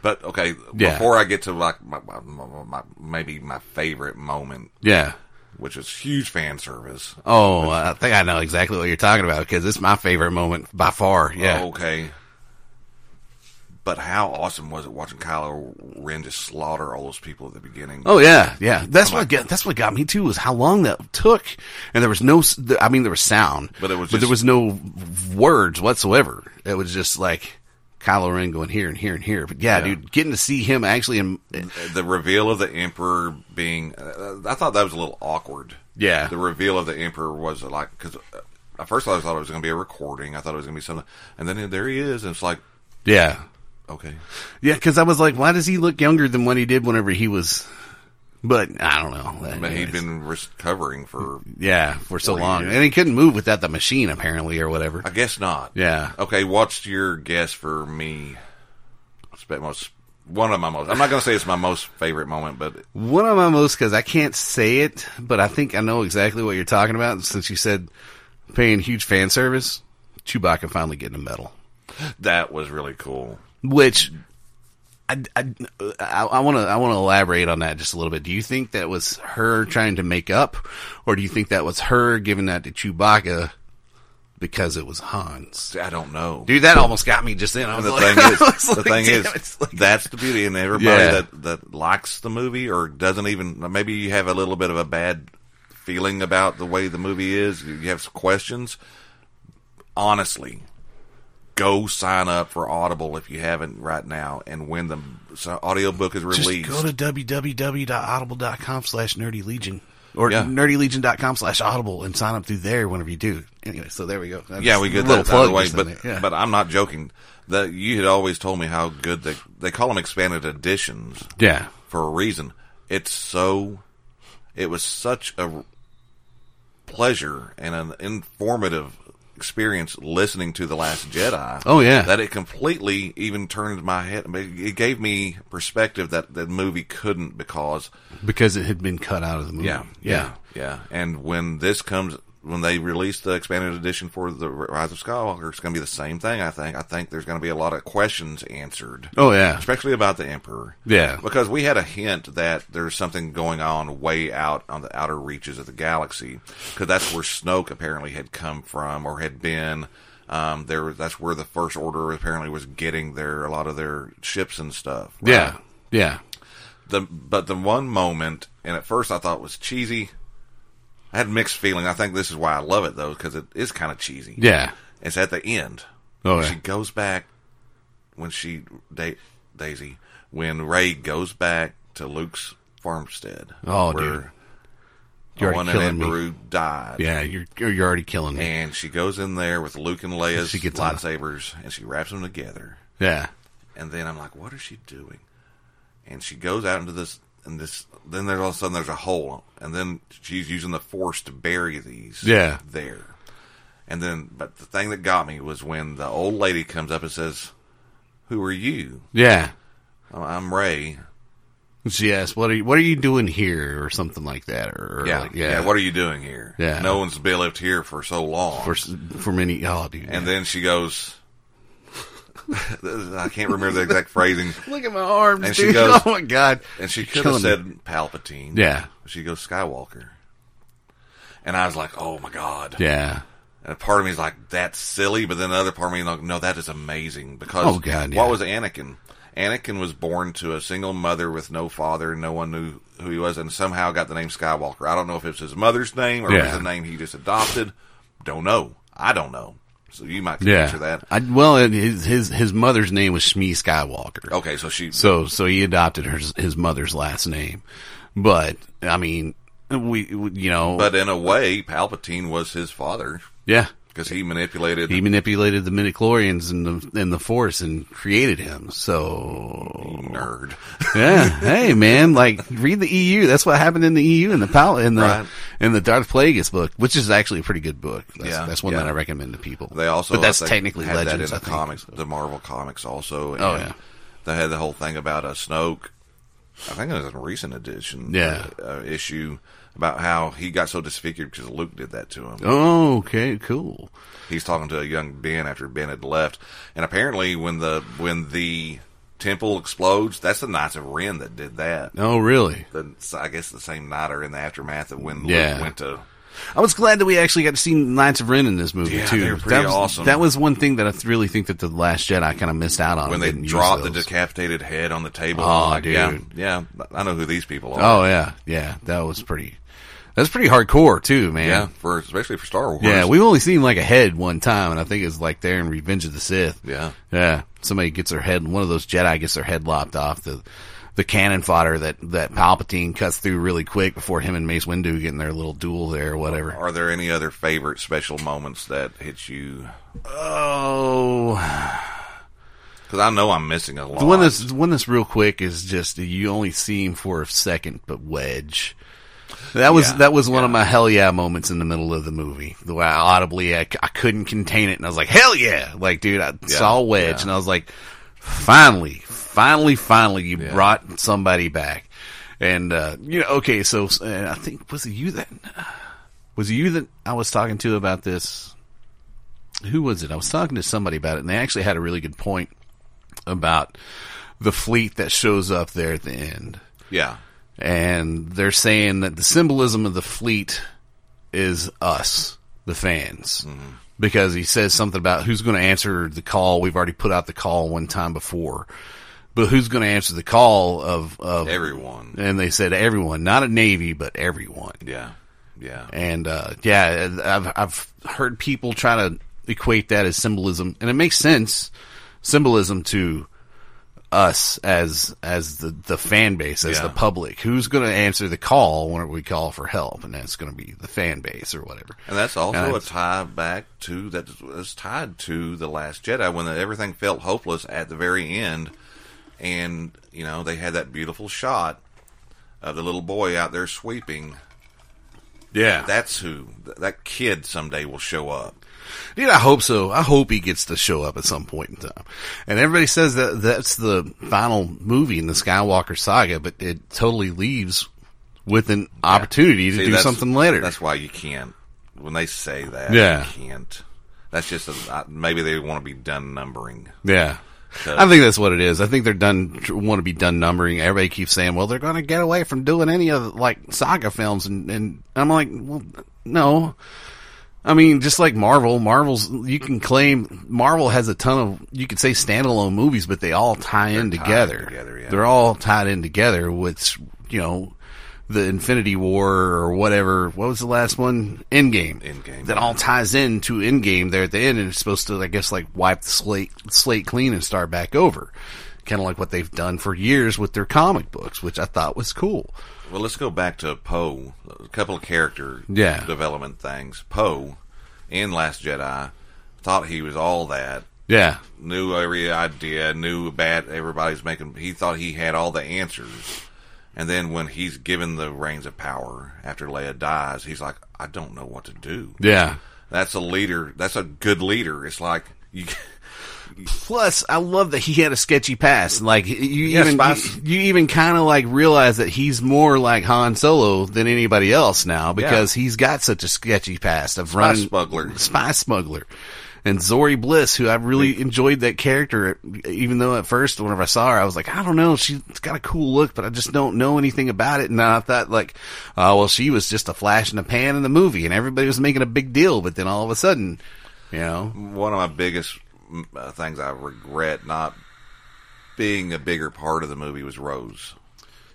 Speaker 7: But okay,
Speaker 6: Yeah.
Speaker 7: before I get to like my, my, my, my maybe my favorite moment,
Speaker 6: yeah.
Speaker 7: which is huge fan service.
Speaker 6: Oh, I think I know exactly what you're talking about because it's my favorite moment by far. Yeah.
Speaker 7: Oh, Okay. But how awesome was it watching Kylo Ren just slaughter all those people at the beginning?
Speaker 6: Oh yeah, yeah. That's what got, that's what got me too was how long that took, and there was no. s- th- I mean, there was sound,
Speaker 7: But it was
Speaker 6: there
Speaker 7: just-
Speaker 6: was no words whatsoever. It was just like Kylo Ren going here and here and here. But yeah,
Speaker 7: Yeah.
Speaker 6: dude, getting to see him actually, in,
Speaker 7: The reveal of the Emperor being, uh, I thought that was a little awkward.
Speaker 6: Yeah.
Speaker 7: The reveal of the Emperor was uh, like, because at first I thought it was going to be a recording. I thought it was going to be something. And then there he is, and it's like,
Speaker 6: yeah,
Speaker 7: okay.
Speaker 6: yeah. Because I was like, why does he look younger than what he did whenever he was? But I don't know.
Speaker 7: But he'd been recovering for,
Speaker 6: yeah for so
Speaker 7: 40
Speaker 6: long,
Speaker 7: years.
Speaker 6: and he couldn't move without the machine apparently or whatever.
Speaker 7: I guess not.
Speaker 6: Yeah.
Speaker 7: Okay, what's your guess for me? Spe- Most, one of my most, I'm not going to say it's my most favorite moment, but
Speaker 6: One of my most because I can't say it, but I think I know exactly what you're talking about. Since you said paying huge fan service, Chewbacca finally getting a medal,
Speaker 7: that was really cool.
Speaker 6: which I want to I want to elaborate on that just a little bit. Do you think that was her trying to make up, or do you think that was her giving that to Chewbacca because it was Hans?
Speaker 7: See, I don't know.
Speaker 6: Dude, that almost got me just then. I was
Speaker 7: And the
Speaker 6: like,
Speaker 7: thing
Speaker 6: I
Speaker 7: is,
Speaker 6: was
Speaker 7: the
Speaker 6: like,
Speaker 7: thing
Speaker 6: damn,
Speaker 7: is,
Speaker 6: it's like-
Speaker 7: that's the beauty, and everybody
Speaker 6: Yeah.
Speaker 7: that that likes the movie or doesn't even, maybe you have a little bit of a bad feeling about the way the movie is. You have some questions. Honestly, go sign up for Audible if you haven't right now, and when the s- audiobook is released,
Speaker 6: Just go to www.audible.com slash nerdy legion or
Speaker 7: Yeah.
Speaker 6: nerdylegion.com slash audible and sign up through there whenever you do. Anyway, so there we go. That's
Speaker 7: yeah, we
Speaker 6: a
Speaker 7: get
Speaker 6: little
Speaker 7: that out of the
Speaker 6: plug
Speaker 7: way,
Speaker 6: just in
Speaker 7: but
Speaker 6: there. Yeah.
Speaker 7: but I'm not joking. That you had always told me how good they they call them expanded editions.
Speaker 6: yeah.
Speaker 7: for a reason. It's so, it was such a pleasure and an informative experience listening to The Last Jedi.
Speaker 6: Oh, yeah.
Speaker 7: That it completely even turned my head. I mean, It gave me perspective that the movie couldn't because,
Speaker 6: Because it had been cut out of the movie. Yeah.
Speaker 7: yeah. And when this comes, when they release the expanded edition for The Rise of Skywalker, it's going to be the same thing, I think. I think there's going to be a lot of questions answered
Speaker 6: Oh, yeah.
Speaker 7: especially about the emperor.
Speaker 6: Yeah.
Speaker 7: because we had a hint that there's something going on way out on the outer reaches of the galaxy, because that's where Snoke apparently had come from or had been. Um, there, that's where the First Order apparently was getting their a lot of their ships and stuff. right?
Speaker 6: Yeah. Yeah.
Speaker 7: The but the one moment, and at first I thought it was cheesy. I had mixed feeling. I think this is why I love it though, because it is kind of cheesy.
Speaker 6: Yeah.
Speaker 7: It's at the end.
Speaker 6: Oh,
Speaker 7: When
Speaker 6: yeah.
Speaker 7: She goes back when she da- Daisy when Ray goes back to Luke's farmstead.
Speaker 6: Oh,
Speaker 7: where
Speaker 6: dude. You're
Speaker 7: when
Speaker 6: already
Speaker 7: Annette
Speaker 6: killing me.
Speaker 7: Beru died.
Speaker 6: Yeah, you're you're you're already killing me.
Speaker 7: And she goes in there with Luke and Leia's
Speaker 6: She gets on a-
Speaker 7: lightsabers and she wraps them together.
Speaker 6: Yeah,
Speaker 7: And then I'm like, what is she doing? And she goes out into this, and this, then there's all of a sudden there's a hole, and then she's using the force to bury these.
Speaker 6: Yeah.
Speaker 7: There. And then, but the thing that got me was when the old lady comes up and says, "Who are you?"
Speaker 6: yeah.
Speaker 7: I'm- I'm Ray.
Speaker 6: She asks, "What are you What are you doing here?" or something like that. Or or
Speaker 7: Yeah,
Speaker 6: like,
Speaker 7: yeah. What are you doing here?
Speaker 6: Yeah.
Speaker 7: No one's been left here for so long.
Speaker 6: for s- for many? Oh, dude.
Speaker 7: and then she goes. I can't remember the exact phrasing.
Speaker 6: look at my arms,
Speaker 7: and she
Speaker 6: dude.
Speaker 7: goes-
Speaker 6: oh my god.
Speaker 7: And she
Speaker 6: You're
Speaker 7: could have
Speaker 6: killing me.
Speaker 7: said Palpatine.
Speaker 6: Yeah.
Speaker 7: She goes Skywalker. And I was like, oh my God.
Speaker 6: yeah.
Speaker 7: And a part of me is like, that's silly. But then the other part of me is like, no, that is amazing. Because
Speaker 6: Oh, God, yeah.
Speaker 7: what was Anakin? Anakin was born to a single mother with no father. No one knew who he was and somehow got the name Skywalker. I don't know if it's his mother's name or if
Speaker 6: Yeah.
Speaker 7: it's a name he just adopted. Don't know. I don't know. So you might
Speaker 6: Yeah.
Speaker 7: answer that.
Speaker 6: I, well, and his his his mother's name was Shmi Skywalker.
Speaker 7: Okay, so she.
Speaker 6: So so he adopted her his mother's last name, but I mean, we, we you know,
Speaker 7: But in a way, Palpatine was his father
Speaker 6: yeah,
Speaker 7: because he manipulated
Speaker 6: he manipulated the midichlorians and the and the force and created him. So
Speaker 7: nerd.
Speaker 6: yeah, hey man, like read the EU. That's what happened in the EU and the pal in the
Speaker 7: Right.
Speaker 6: in the Darth Plagueis book, which is actually a pretty good book. That's,
Speaker 7: Yeah,
Speaker 6: that's one
Speaker 7: yeah.
Speaker 6: that I recommend to people.
Speaker 7: They also,
Speaker 6: but that's
Speaker 7: I think,
Speaker 6: technically
Speaker 7: had
Speaker 6: legends.
Speaker 7: That
Speaker 6: I
Speaker 7: in the
Speaker 6: think.
Speaker 7: comics, the Marvel comics also. and
Speaker 6: Oh, yeah.
Speaker 7: they had the whole thing about a Snoke. I think it was a recent edition,
Speaker 6: Yeah.
Speaker 7: uh, uh, issue about how he got so disfigured because Luke did that to him.
Speaker 6: Oh, okay, cool.
Speaker 7: He's talking to a young Ben after Ben had left, and apparently when the when the temple explodes, that's the Knights of Ren that did that.
Speaker 6: Oh, really?
Speaker 7: The, so I guess the same night or in the aftermath of when
Speaker 6: Yeah.
Speaker 7: Luke went to
Speaker 6: I was glad that we actually got to see Knights of Ren in this movie
Speaker 7: Yeah,
Speaker 6: too.
Speaker 7: they were pretty
Speaker 6: that was,
Speaker 7: awesome.
Speaker 6: That was one thing that I th- really think that the Last Jedi kind of missed out on
Speaker 7: when they
Speaker 6: didn't use
Speaker 7: dropped the
Speaker 6: those.
Speaker 7: decapitated head on the table.
Speaker 6: Oh,
Speaker 7: I'm like, yeah,
Speaker 6: dude.
Speaker 7: yeah, I know who these people are.
Speaker 6: Oh yeah, yeah, that was pretty. That's pretty hardcore too, man.
Speaker 7: Yeah, for especially for Star Wars.
Speaker 6: Yeah, we've only seen like a head one time, and I think it's like there in Revenge of the Sith.
Speaker 7: Yeah.
Speaker 6: yeah. Somebody gets their head, one of those Jedi gets their head lopped off the the cannon fodder that that Palpatine cuts through really quick before him and Mace Windu get in their little duel there, or whatever.
Speaker 7: Are there any other favorite special moments that hit you?
Speaker 6: Oh,
Speaker 7: Because I know I'm missing a lot.
Speaker 6: The one that's the one that's real quick is just you only see him for a second, but Wedge. That was
Speaker 7: Yeah,
Speaker 6: that was one of my hell yeah moments in the middle of the movie. The way I audibly I, c- I couldn't contain it, and I was like hell yeah! Like dude, I saw Wedge, and I was like, finally, finally, finally, you brought somebody back. And uh, you know, okay, so and I think was it you that was it you that I was talking to about this? Who was it? I was talking to somebody about it, and they actually had a really good point about the fleet that shows up there at the end.
Speaker 7: yeah,
Speaker 6: And they're saying that the symbolism of the fleet is us, the fans. Because he says something about who's going to answer the call. We've already put out the call one time before. But who's going to answer the call of, of
Speaker 7: everyone.
Speaker 6: And they said everyone, not a Navy, but everyone.
Speaker 7: Yeah, yeah,
Speaker 6: And uh, yeah, I've I've heard people try to equate that as symbolism, and it makes sense symbolism to us as as the the fan base, as
Speaker 7: Yeah.
Speaker 6: the public. Who's going to answer the call when we call for help, and that's going to be the fan base or whatever.
Speaker 7: and that's also
Speaker 6: And
Speaker 7: a
Speaker 6: it's-
Speaker 7: tie back to that was tied to the Last Jedi when everything felt hopeless at the very end, and you know they had that beautiful shot of the little boy out there sweeping.
Speaker 6: Yeah,
Speaker 7: That's who that kid someday will show up.
Speaker 6: Dude, I hope so. I hope he gets to show up at some point in time. And everybody says that that's the final movie in the Skywalker saga, but it totally leaves with an opportunity to
Speaker 7: See,
Speaker 6: do
Speaker 7: that's-
Speaker 6: something later.
Speaker 7: That's why you can't. When they say that,
Speaker 6: Yeah.
Speaker 7: you can't. That's just a, I- maybe they want to be done numbering.
Speaker 6: Yeah.
Speaker 7: So-
Speaker 6: I think that's what it is. I think they're done, want to be done numbering. Everybody keeps saying, well, they're going to get away from doing any of the, like saga films. And, and I'm like, well, no. I mean, just like Marvel, Marvel's, you can claim Marvel has a ton of, you could say standalone movies, but they all tie in
Speaker 7: tied
Speaker 6: together.
Speaker 7: together, yeah.
Speaker 6: They're all tied in together with, you know, the Infinity War or whatever. What was the last one? Endgame.
Speaker 7: Endgame,
Speaker 6: That all ties into Endgame there at the end, and it's supposed to, I guess, like wipe the slate slate clean and start back over. kind of like what they've done for years with their comic books, which I thought was cool.
Speaker 7: Well, let's go back to Poe. A couple of character
Speaker 6: Yeah.
Speaker 7: development things. Poe in Last Jedi thought he was all that.
Speaker 6: Yeah,
Speaker 7: Knew every idea, knew about everybody's making. He thought he had all the answers. And then when he's given the reins of power after Leia dies, he's like, I don't know what to do.
Speaker 6: yeah.
Speaker 7: That's a leader. That's a good leader. It's like you.
Speaker 6: Plus, I love that he had a sketchy past. Like you
Speaker 7: Yeah,
Speaker 6: even
Speaker 7: Spice-
Speaker 6: you, even kind of like realize that he's more like Han Solo than anybody else now because he's got such a sketchy past of running
Speaker 7: smuggler.
Speaker 6: spy smuggler, and Zori Bliss, who I really enjoyed that character. Even though at first, whenever I saw her, I was like, I don't know, she's got a cool look, but I just don't know anything about it. And I thought like, oh well, she was just a flash in the pan in the movie, and everybody was making a big deal. But then all of a sudden, you know,
Speaker 7: one of my biggest mm, uh, things I regret not being a bigger part of the movie was Rose.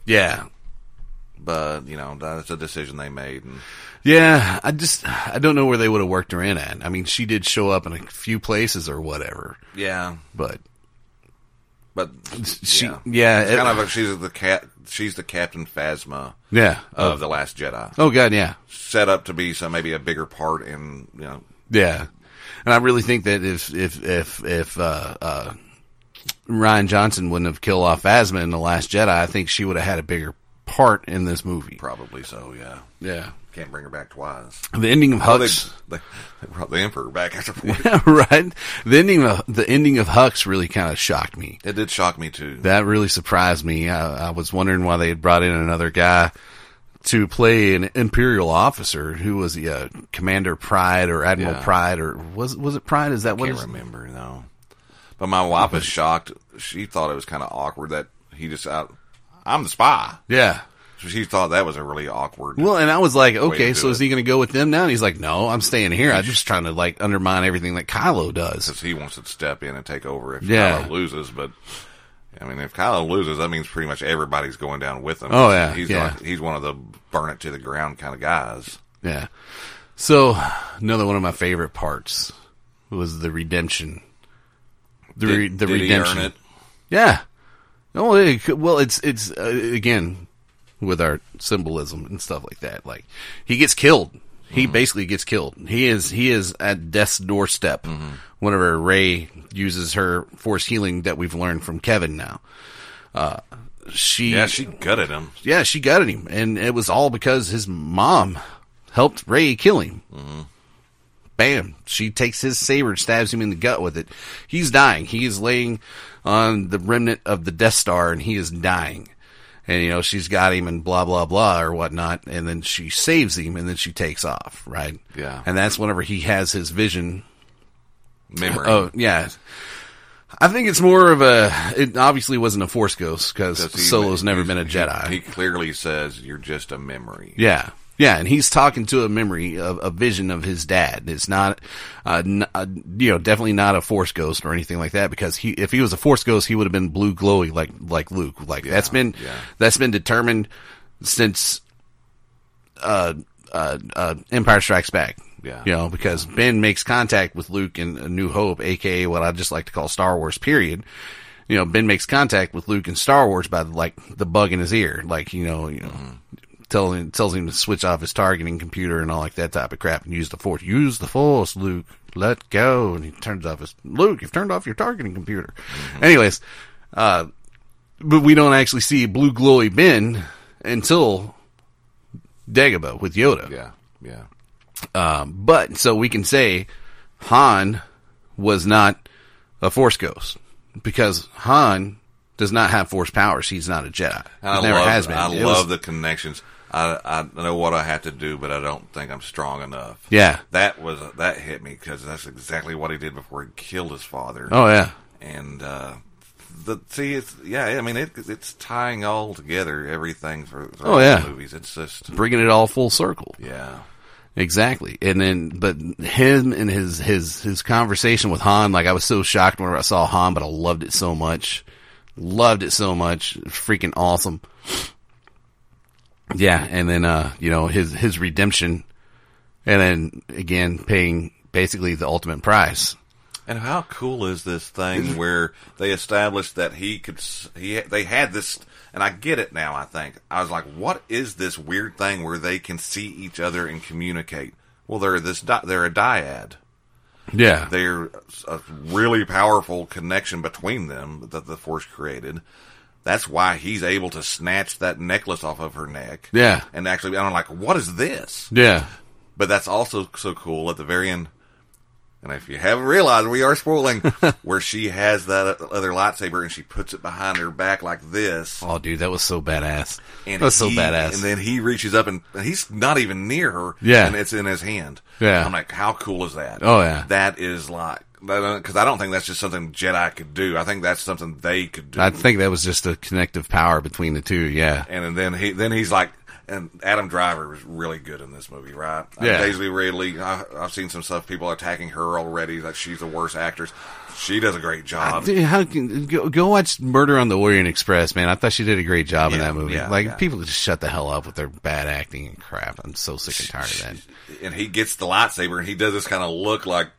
Speaker 6: yeah,
Speaker 7: But you know that's a decision they made. And
Speaker 6: Yeah, I just I don't know where they would have worked her in at. I mean, she did show up in a few places or whatever,
Speaker 7: yeah,
Speaker 6: but
Speaker 7: but
Speaker 6: she yeah,
Speaker 7: yeah, It's kind of a, she's the cat. She's the Captain Phasma
Speaker 6: yeah.
Speaker 7: of the Last Jedi,
Speaker 6: oh god, yeah,
Speaker 7: set up to be some maybe a bigger part in you know.
Speaker 6: yeah. And I really think that if if if if uh, uh, Ryan Johnson wouldn't have killed off Phasma in the Last Jedi, I think she would have had a bigger part in this movie.
Speaker 7: Probably so. Yeah,
Speaker 6: Yeah,
Speaker 7: can't bring her back twice.
Speaker 6: the ending of
Speaker 7: Oh, they,
Speaker 6: Hux.
Speaker 7: they, they brought the Emperor back after.
Speaker 6: right, the ending of the ending of Hux really kind of shocked me.
Speaker 7: It did shock me too.
Speaker 6: that really surprised me. I, I was wondering why they had brought in another guy to play an imperial officer who was the uh, commander Pride or Admiral
Speaker 7: Yeah.
Speaker 6: Pride or was was it Pride? Is that what?
Speaker 7: can't
Speaker 6: his-
Speaker 7: remember no. But my wife was shocked. She thought it was kind of awkward that he just out. I'm the spy.
Speaker 6: Yeah.
Speaker 7: So she thought that was a really awkward.
Speaker 6: Well, and I was like,
Speaker 7: Way
Speaker 6: okay,
Speaker 7: to
Speaker 6: so
Speaker 7: do
Speaker 6: is he going to go with them now? And he's like, no, I'm staying here. I'm just trying to like undermine everything that Kylo does.
Speaker 7: because he wants to step in and take over if
Speaker 6: Yeah.
Speaker 7: Kylo loses. But I mean, if Kylo loses, that means pretty much everybody's going down with him.
Speaker 6: Oh, yeah,
Speaker 7: he's
Speaker 6: yeah.
Speaker 7: like- he's one of the burn it to the ground kind of guys.
Speaker 6: Yeah. So another one of my favorite parts was the redemption. The re- the
Speaker 7: Did he earn
Speaker 6: redemption.
Speaker 7: it?
Speaker 6: Yeah. No, it, could- well, it's it's uh, again with our symbolism and stuff like that. Like he gets killed. He basically gets killed. He is he is at death's doorstep. Whenever Ray uses her force healing that we've learned from Kevin now, uh, she
Speaker 7: Yeah, she gutted him.
Speaker 6: yeah, she gutted him, and it was all because his mom helped Ray kill him.
Speaker 7: Mm-hmm.
Speaker 6: Bam! She takes his saber, and stabs him in the gut with it. He's dying. He is laying on the remnant of the Death Star, and he is dying. And you know she's got him, and blah blah blah or whatnot. And then she saves him, and then she takes off. Right?
Speaker 7: Yeah.
Speaker 6: And that's whenever he has his vision
Speaker 7: Memory.
Speaker 6: Oh yeah, I think it's more of a. It obviously wasn't a Force ghost because
Speaker 7: 'Cause he-
Speaker 6: Solo's never
Speaker 7: he's-
Speaker 6: been a Jedi.
Speaker 7: He clearly says you're just a memory.
Speaker 6: Yeah. Yeah, and he's talking to a memory, of a vision of his dad. It's not, uh, n- uh, you know, definitely not a force ghost or anything like that. Because he, if he was a force ghost, he would have been blue glowy like like Luke. Like that's been
Speaker 7: yeah.
Speaker 6: that's been determined since uh, uh, uh, Empire Strikes Back.
Speaker 7: Yeah.
Speaker 6: you know, because Ben makes contact with Luke in A New Hope, aka what I just like to call Star Wars. Period. You know, Ben makes contact with Luke in Star Wars by like the bug in his ear, like you know, you know
Speaker 7: Mm-hmm.
Speaker 6: tells him tells him to switch off his targeting computer and all like that type of crap and use the force. Use the force, Luke. Let go. And he turns off his Luke. You've turned off your targeting computer.
Speaker 7: Mm-hmm.
Speaker 6: Anyways, uh, but we don't actually see blue glowy Ben until Dagobah with Yoda.
Speaker 7: yeah, yeah.
Speaker 6: But so we can say Han was not a force ghost because Han does not have force powers. He's not a Jedi.
Speaker 7: And
Speaker 6: He never
Speaker 7: love,
Speaker 6: has been.
Speaker 7: I
Speaker 6: It was-
Speaker 7: love the connections. I I know what I have to do, but I don't think I'm strong enough.
Speaker 6: Yeah.
Speaker 7: that was that hit me because that's exactly what he did before he killed his father.
Speaker 6: Oh yeah.
Speaker 7: and uh, the see, it's yeah. I mean, it, it's tying all together everything for, for
Speaker 6: Oh,
Speaker 7: all
Speaker 6: yeah.
Speaker 7: the movies. It's just
Speaker 6: Bringing it all full circle.
Speaker 7: yeah,
Speaker 6: Exactly. And then, but him and his, his, his conversation with Han, like I was so shocked whenever I saw Han, but I loved it so much. Loved it so much. Freaking awesome. Yeah. And then, uh, you know, his, his redemption and then again, paying basically the ultimate price
Speaker 7: And how cool is this thing where they established that he could s- he they had this and I get it now I think. I was like what is this weird thing where they can see each other and communicate? Well, they're this di- they're a dyad.
Speaker 6: Yeah.
Speaker 7: They're a really powerful connection between them that the force created. That's why he's able to snatch that necklace off of her neck.
Speaker 6: Yeah.
Speaker 7: And actually I'm like what is this?
Speaker 6: yeah.
Speaker 7: But that's also so cool at the very end. And if you haven't realized, we are spoiling where she has that other lightsaber and she puts it behind her back like this.
Speaker 6: Oh, dude, that was so badass.
Speaker 7: And
Speaker 6: that was so
Speaker 7: he-
Speaker 6: badass.
Speaker 7: And then he reaches up and and he's not even near her.
Speaker 6: Yeah.
Speaker 7: And it's in his hand.
Speaker 6: Yeah.
Speaker 7: I'm like, how cool is that?
Speaker 6: Oh, yeah.
Speaker 7: That is like, because I don't think that's just something Jedi could do. I think that's something they could do.
Speaker 6: I think that was just a connective power between the two. Yeah.
Speaker 7: and then he then he's like and Adam Driver was really good in this movie, right? Uh,
Speaker 6: Yeah.
Speaker 7: Daisy Ridley. I, I've seen some stuff. People attacking her already that she's the worst actress. She does a great job.
Speaker 6: Dude, how can go, go watch Murder on the Orient Express, man? I thought she did a great job in
Speaker 7: Yeah,
Speaker 6: that movie.
Speaker 7: yeah,
Speaker 6: like
Speaker 7: yeah.
Speaker 6: people just shut the hell up with their bad acting and crap. I'm so sick and tired of that.
Speaker 7: And he gets the lightsaber and he does this kind of look like,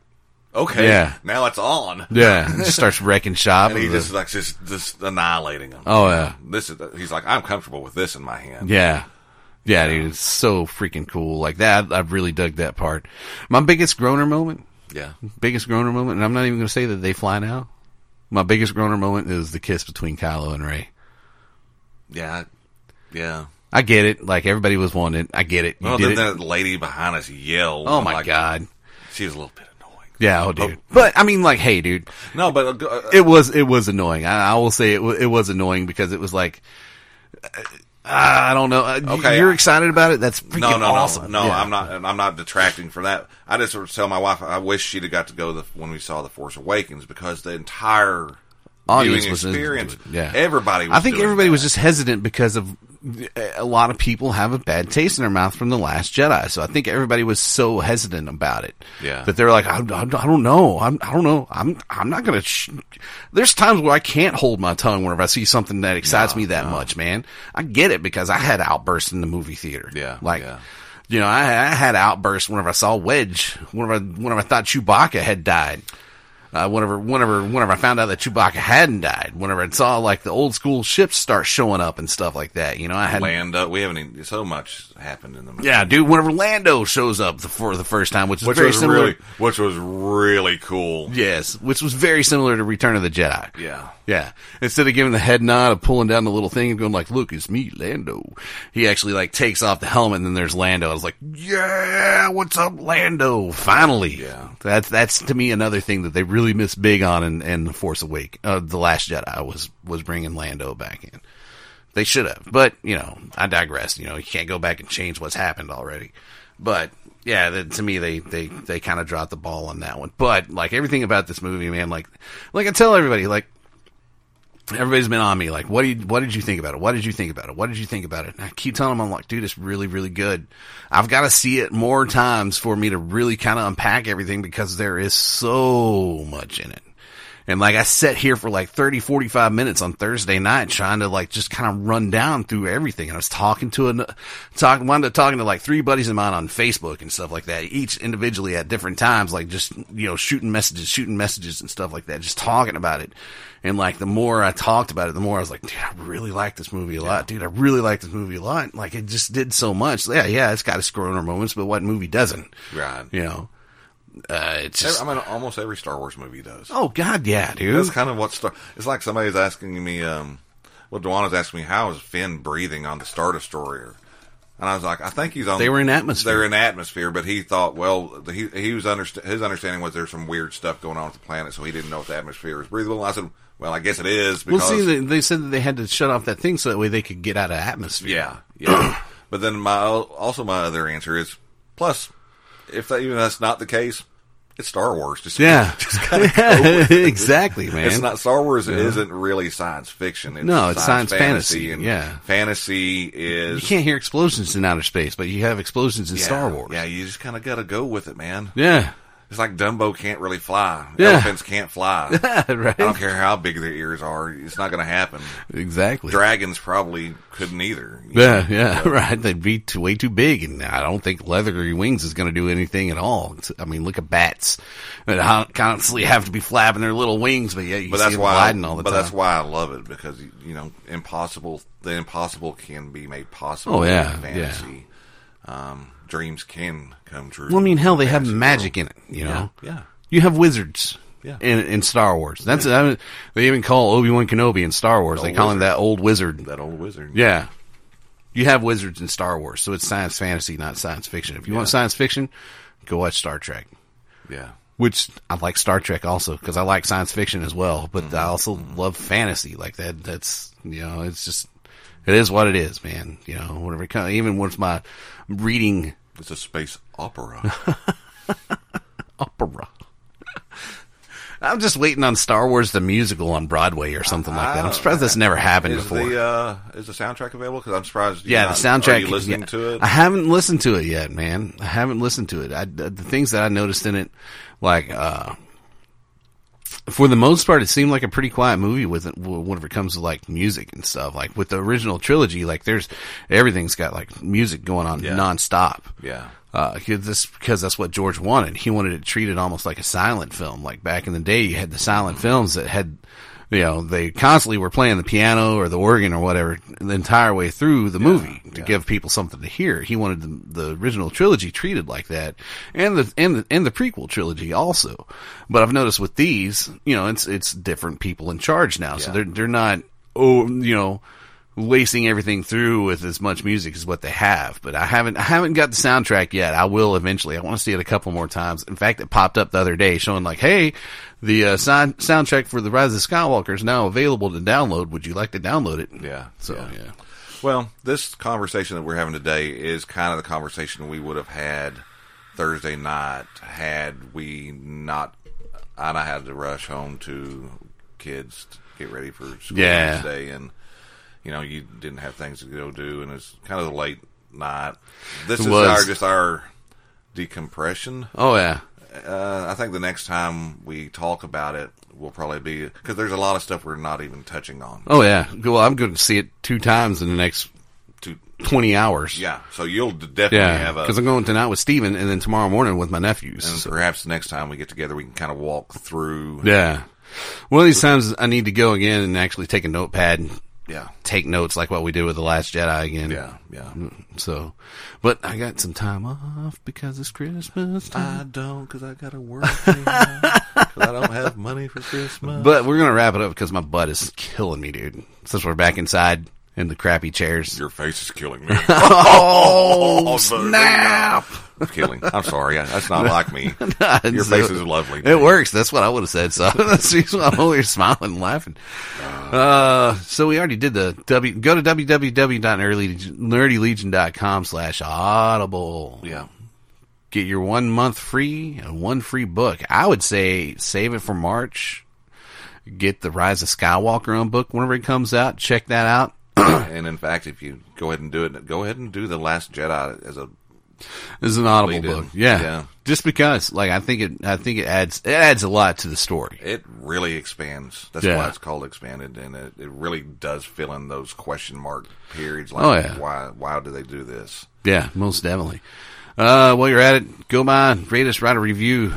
Speaker 7: okay,
Speaker 6: Yeah.
Speaker 7: now it's on.
Speaker 6: Yeah, and just starts wrecking shop.
Speaker 7: And he
Speaker 6: with a-
Speaker 7: just like just just annihilating him.
Speaker 6: oh yeah,
Speaker 7: This is he's like I'm comfortable with this in my hand.
Speaker 6: yeah, yeah, dude, it's so freaking cool. Like that, I really dug that part. My biggest groaner moment,
Speaker 7: Yeah.
Speaker 6: biggest groaner moment, and I'm not even going to say that they fly now. My biggest groaner moment is the kiss between Kylo and Ray.
Speaker 7: Yeah. Yeah.
Speaker 6: I get it. Like everybody was wanting it. I get it. You
Speaker 7: Well,
Speaker 6: did
Speaker 7: then
Speaker 6: it.
Speaker 7: that lady behind us yelled.
Speaker 6: oh
Speaker 7: I'm
Speaker 6: my
Speaker 7: like,
Speaker 6: god.
Speaker 7: She was a little bit annoying.
Speaker 6: Yeah, oh, dude. But I mean, like, hey, dude,
Speaker 7: No, but uh, uh,
Speaker 6: it was it was annoying. I, I will say it wa- it was annoying because it was like. uh, I don't know. Uh, y-
Speaker 7: Okay,
Speaker 6: you're
Speaker 7: I-
Speaker 6: excited about it. That's freaking
Speaker 7: no, no,
Speaker 6: awesome.
Speaker 7: no, no.
Speaker 6: Yeah.
Speaker 7: I'm not. I'm not detracting from that. I just sort of tell my wife I wish she'd have got to go the, when we saw the Force Awakens because the entire
Speaker 6: Audience
Speaker 7: viewing
Speaker 6: was
Speaker 7: experience.
Speaker 6: yeah.
Speaker 7: everybody. Was
Speaker 6: I think
Speaker 7: doing
Speaker 6: everybody
Speaker 7: that.
Speaker 6: was just hesitant because of a lot of people have a bad taste in their mouth from the Last Jedi. So I think everybody was so hesitant about it.
Speaker 7: Yeah.
Speaker 6: that they're like, I, I, I don't know, I'm, I don't know, I'm I'm not gonna. Sh-. There's times where I can't hold my tongue whenever I see something that excites me that much, man. I get it because I had outbursts in the movie theater.
Speaker 7: Yeah,
Speaker 6: like.
Speaker 7: yeah.
Speaker 6: You know, I, I had outbursts whenever I saw Wedge, whenever I, whenever I thought Chewbacca had died uh, whenever, whenever, whenever I found out that Chewbacca hadn't died, whenever I saw like the old school ships start showing up and stuff like that, you know, I had,
Speaker 7: Lando. We haven't. Even, so much happened in the movie.
Speaker 6: yeah, dude, whenever Lando shows up the, for the first time, which is
Speaker 7: which
Speaker 6: very
Speaker 7: was
Speaker 6: similar,
Speaker 7: really, which was really cool.
Speaker 6: yes, which was very similar to Return of the Jedi.
Speaker 7: Yeah.
Speaker 6: Yeah. Instead of giving the head nod of pulling down the little thing and going like, look, it's me, Lando. He actually like takes off the helmet and then there's Lando. I was like, yeah, what's up, Lando? Finally.
Speaker 7: Yeah.
Speaker 6: That's, that's to me another thing that they really missed big on in, in The Force Awake, uh, The Last Jedi was, was bringing Lando back in. They should have, but you know, I digress. You know, you can't go back and change what's happened already. But yeah, that, to me, they they they kind of dropped the ball on that one. But like everything about this movie, man, like like I tell everybody, like everybody's been on me, like what did what did you think about it? What did you think about it? What did you think about it? And I keep telling them, I'm like, dude, it's really really good. I've got to see it more times for me to really kind of unpack everything because there is so much in it. And like I sat here for like 30, 45 minutes on Thursday night trying to like just kind of run down through everything. And I was talking to an, talking, wound up talking to like three buddies of mine on Facebook and stuff like that, each individually at different times, like just, you know, shooting messages, shooting messages and stuff like that, just talking about it. And like the more I talked about it, the more I was like, dude, I really like this movie a lot, dude. I really like this movie a lot. Like it just did so much. Yeah. Yeah. It's got its groaner moments, but what movie doesn't,
Speaker 7: Right.
Speaker 6: you know? Uh, it's
Speaker 7: Every-
Speaker 6: just,
Speaker 7: I mean, almost every Star Wars movie does.
Speaker 6: oh God. Yeah, dude.
Speaker 7: That's kind of what Star. It's like somebody's asking me. Um, well, Dwana's asking me how is Finn breathing on the Star Destroyer, and I was like, I think he's on.
Speaker 6: They were in atmosphere.
Speaker 7: They're in atmosphere, but he thought, well, he he was underst- his understanding was there's some weird stuff going on with the planet, so he didn't know if the atmosphere was breathable. And I said, well, I guess it is.
Speaker 6: Well,
Speaker 7: Because,
Speaker 6: see, they, they said that they had to shut off that thing so that way they could get out of atmosphere.
Speaker 7: yeah, yeah. but then my also my other answer is plus if that, even that's not the case, it's Star Wars. Just
Speaker 6: Yeah.
Speaker 7: just kind of
Speaker 6: exactly, man.
Speaker 7: It's not Star Wars. Isn't really science fiction. It's
Speaker 6: No, it's science fantasy,
Speaker 7: and
Speaker 6: yeah.
Speaker 7: fantasy
Speaker 6: you
Speaker 7: is
Speaker 6: can't hear explosions in outer space, but you have explosions in
Speaker 7: yeah,
Speaker 6: Star Wars.
Speaker 7: Yeah, you just kind of got to go with it, man.
Speaker 6: Yeah.
Speaker 7: It's like Dumbo can't really fly.
Speaker 6: Yeah.
Speaker 7: Elephants can't fly. I don't
Speaker 6: right?
Speaker 7: care how big their ears are. It's not going to happen.
Speaker 6: Exactly.
Speaker 7: Dragons probably couldn't either. you
Speaker 6: Yeah, yeah, right. They'd be too, way too big, and I don't think leathery wings is going to do anything at all. It's- I mean, look at bats; they hon- constantly have to be flapping their little wings, but yeah, you
Speaker 7: but
Speaker 6: see
Speaker 7: that's
Speaker 6: them
Speaker 7: why
Speaker 6: gliding all the
Speaker 7: but
Speaker 6: time.
Speaker 7: that's why I love it because you know impossible the impossible can be made possible.
Speaker 6: Oh, yeah,
Speaker 7: in fantasy. Um, dreams can come true.
Speaker 6: well, I mean, hell, they have
Speaker 7: Fantasy
Speaker 6: magic in it. You know,
Speaker 7: world. Yeah, yeah.
Speaker 6: you have wizards.
Speaker 7: Yeah.
Speaker 6: In, in Star Wars, that's I mean, they even call Obi Wan Kenobi in Star Wars.
Speaker 7: The
Speaker 6: they call him
Speaker 7: wizard.
Speaker 6: that old wizard.
Speaker 7: that old wizard.
Speaker 6: Yeah, you have wizards in Star Wars, so it's science fantasy, not science fiction. If you want science fiction, go watch Star Trek.
Speaker 7: yeah.
Speaker 6: which I like Star Trek also because I like science fiction as well, but
Speaker 7: Mm-hmm.
Speaker 6: I also love fantasy like that. That's you know, it's just it is what it is, man. You know, whatever. it come- Even with my reading
Speaker 7: It's a space opera.
Speaker 6: opera, I'm just waiting on Star Wars the musical on Broadway or something like that. I'm surprised that's never happened
Speaker 7: is
Speaker 6: before.
Speaker 7: the uh, is the soundtrack available? Because I'm surprised. you're
Speaker 6: yeah,
Speaker 7: not-
Speaker 6: the soundtrack.
Speaker 7: Are you listening
Speaker 6: yeah.
Speaker 7: to it?
Speaker 6: I haven't listened to it yet, man. I haven't listened to it. I, the the things that I noticed in it, like uh, for the most part, it seemed like a pretty quiet movie with it. w- Whenever it comes to like music and stuff, like with the original trilogy, like there's everything's got like music going on
Speaker 7: Yeah.
Speaker 6: nonstop.
Speaker 7: yeah.
Speaker 6: Uh, 'cause this because that's what George wanted. He wanted it treated almost like a silent film. Like back in the day, you had the silent films that had, you know, they constantly were playing the piano or the organ or whatever the entire way through the movie to give people something to hear. He wanted the, the original trilogy treated like that, and the and the, and the prequel trilogy also. But I've noticed with these, you know, it's it's different people in charge now, so
Speaker 7: Yeah.
Speaker 6: they're they're not oh you know lacing everything through with as much music as what they have. But I haven't I haven't got the soundtrack yet. I will eventually. I want to see it a couple more times. In fact, it popped up the other day showing like, hey, the uh, sound, soundtrack for the Rise of Skywalker is now available to download. Would you like to download it?
Speaker 7: Yeah.
Speaker 6: So
Speaker 7: yeah.
Speaker 6: yeah,
Speaker 7: Well, this conversation that we're having today is kind of the conversation we would have had Thursday night had we not, and I had to rush home to kids to get ready for school
Speaker 6: Yeah.
Speaker 7: yeah. today, and you know you didn't have things to go do, and it's kind of a late night. This
Speaker 6: It
Speaker 7: is
Speaker 6: was.
Speaker 7: our just our decompression.
Speaker 6: oh yeah,
Speaker 7: Uh, I think the next time we talk about it will probably be because there's a lot of stuff we're not even touching on.
Speaker 6: oh yeah. Well, I'm going to see it two times in the next
Speaker 7: To,
Speaker 6: twenty hours.
Speaker 7: yeah, so you'll definitely
Speaker 6: Yeah,
Speaker 7: have a
Speaker 6: because I'm going tonight with Steven and then tomorrow morning with my nephews.
Speaker 7: And
Speaker 6: So-
Speaker 7: perhaps next time we get together, we can kind of walk through.
Speaker 6: Yeah. One of these times I need to go again and actually take a notepad and
Speaker 7: Yeah.
Speaker 6: take notes like what we did with The Last Jedi again.
Speaker 7: Yeah. Yeah.
Speaker 6: Mm. So, but I got some time off because it's Christmas time.
Speaker 7: I don't because I got to work. Because I don't have money for Christmas.
Speaker 6: But we're going to wrap it up because my butt is killing me, dude. Since we're back inside in the crappy chairs.
Speaker 7: Your face is killing me. Oh,
Speaker 6: Oh,
Speaker 7: snap. killing. I'm sorry. I- That's not like me. Your face is lovely.
Speaker 6: It works. That's what I would have said. So that's the reason why I'm over here smiling and laughing. Uh, so we already did the W. Go to www.nerdylegion.com slash audible.
Speaker 7: Yeah.
Speaker 6: Get your one month free and one free book. I would say save it for March. Get the Rise of Skywalker on book whenever it comes out. Check that out.
Speaker 7: and in fact, if you go ahead and do it, go ahead and do The Last Jedi as a.
Speaker 6: It's an audible
Speaker 7: Completed.
Speaker 6: book. Yeah.
Speaker 7: Yeah.
Speaker 6: Just because, like, I think it, I think it adds, it adds a lot to the story.
Speaker 7: It really expands. That's
Speaker 6: Yeah.
Speaker 7: why it's called expanded, and it, it really does fill in those question mark periods. Like,
Speaker 6: Oh, yeah.
Speaker 7: why? Why do they do this?
Speaker 6: Yeah, most definitely. Uh, while you're at it, go by, rate us, write a review.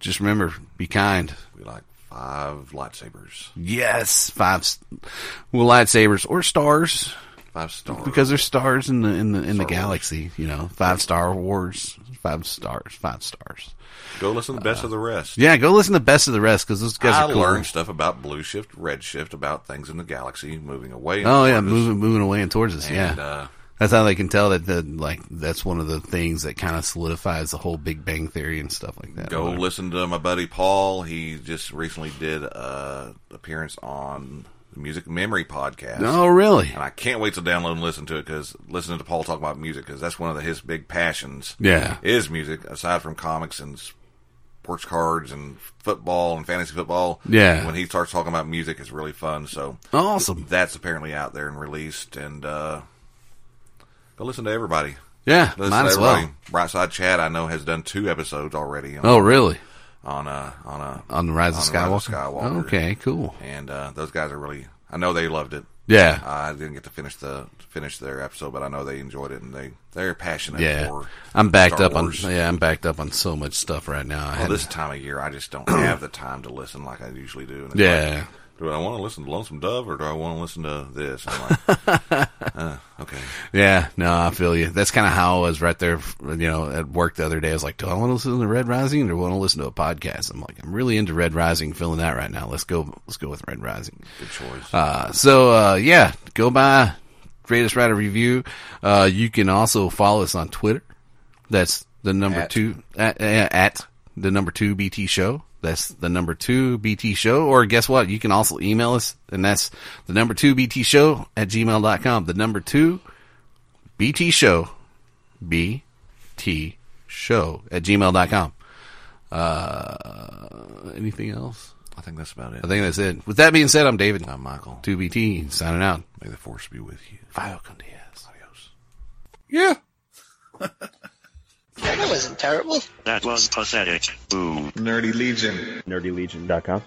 Speaker 6: Just remember, be kind.
Speaker 7: We like five lightsabers,
Speaker 6: Yes, five s- well lightsabers or stars
Speaker 7: five stars.
Speaker 6: because there's stars in the in the in the
Speaker 7: Star Wars.
Speaker 6: galaxy. You know, five Star Wars, five stars, five stars.
Speaker 7: go listen to the best of the rest.
Speaker 6: uh, Yeah, go listen to best of the rest because those guys
Speaker 7: I
Speaker 6: are cool.
Speaker 7: learned stuff about blue shift, red shift, about things in the galaxy moving away.
Speaker 6: Oh yeah,
Speaker 7: and towards us.
Speaker 6: moving moving away and towards us.
Speaker 7: And,
Speaker 6: yeah,
Speaker 7: uh,
Speaker 6: that's how they can tell that the like that's one of the things that kind of solidifies the whole Big Bang theory and stuff like that.
Speaker 7: go listen to my buddy Paul. He just recently did a appearance on the Music Memory podcast.
Speaker 6: Oh really?
Speaker 7: And I can't wait to download and listen to it because listening to Paul talk about music because that's one of the, his big passions.
Speaker 6: Yeah.
Speaker 7: is music aside from comics and sports cards and football and fantasy football.
Speaker 6: Yeah.
Speaker 7: when he starts talking about music, it's really fun. So
Speaker 6: Awesome.
Speaker 7: that's apparently out there and released. And uh, go listen to everybody.
Speaker 6: Yeah,
Speaker 7: Listen,
Speaker 6: might as well.
Speaker 7: everybody, Bright Side Chad, I know, has done two episodes already on
Speaker 6: Oh, really?
Speaker 7: on a on a
Speaker 6: On the Rise of
Speaker 7: on Rise
Speaker 6: Skywalker.
Speaker 7: of Skywalker.
Speaker 6: Okay, cool.
Speaker 7: and uh, those guys are really. I know they loved it.
Speaker 6: Yeah,
Speaker 7: I didn't get to finish the finish their episode, but I know they enjoyed it and they they're passionate.
Speaker 6: yeah.
Speaker 7: for
Speaker 6: I'm backed
Speaker 7: Star
Speaker 6: up on
Speaker 7: Wars.
Speaker 6: yeah, I'm backed up on so much stuff right now. I
Speaker 7: Well,
Speaker 6: had
Speaker 7: this time of year, I just don't have the time to listen like I usually do. And it's
Speaker 6: Yeah.
Speaker 7: like, do I want to listen to Lonesome Dove or do I want to listen to this? I'm like, uh, okay.
Speaker 6: Yeah, no, I feel you. That's kind of how I was right there, you know, at work the other day. I was like, do I want to listen to Red Rising or want to listen to a podcast? I'm like, I'm really into Red Rising, feeling that right now. Let's go, let's go with Red Rising.
Speaker 7: Good choice.
Speaker 6: Uh, so, uh, yeah, go by, rate us, write a review. Uh, you can also follow us on Twitter. That's the number
Speaker 7: At.
Speaker 6: two, at, uh, at the number two BT show. That's the number two BT show. Or guess what? You can also email us and that's the number two BT show at gmail.com. The number two BT show, B T show at gmail.com. Uh, anything else?
Speaker 7: I think that's about it.
Speaker 6: I think that's it. With that being said, I'm David.
Speaker 7: I'm Michael.
Speaker 6: 2BT signing out.
Speaker 7: May the force be with you.
Speaker 6: File con Diaz.
Speaker 7: Adios.
Speaker 6: Yeah.
Speaker 4: That wasn't terrible.
Speaker 8: That was pathetic. Boo.
Speaker 9: Nerdy Legion.
Speaker 10: nerdylegion.com.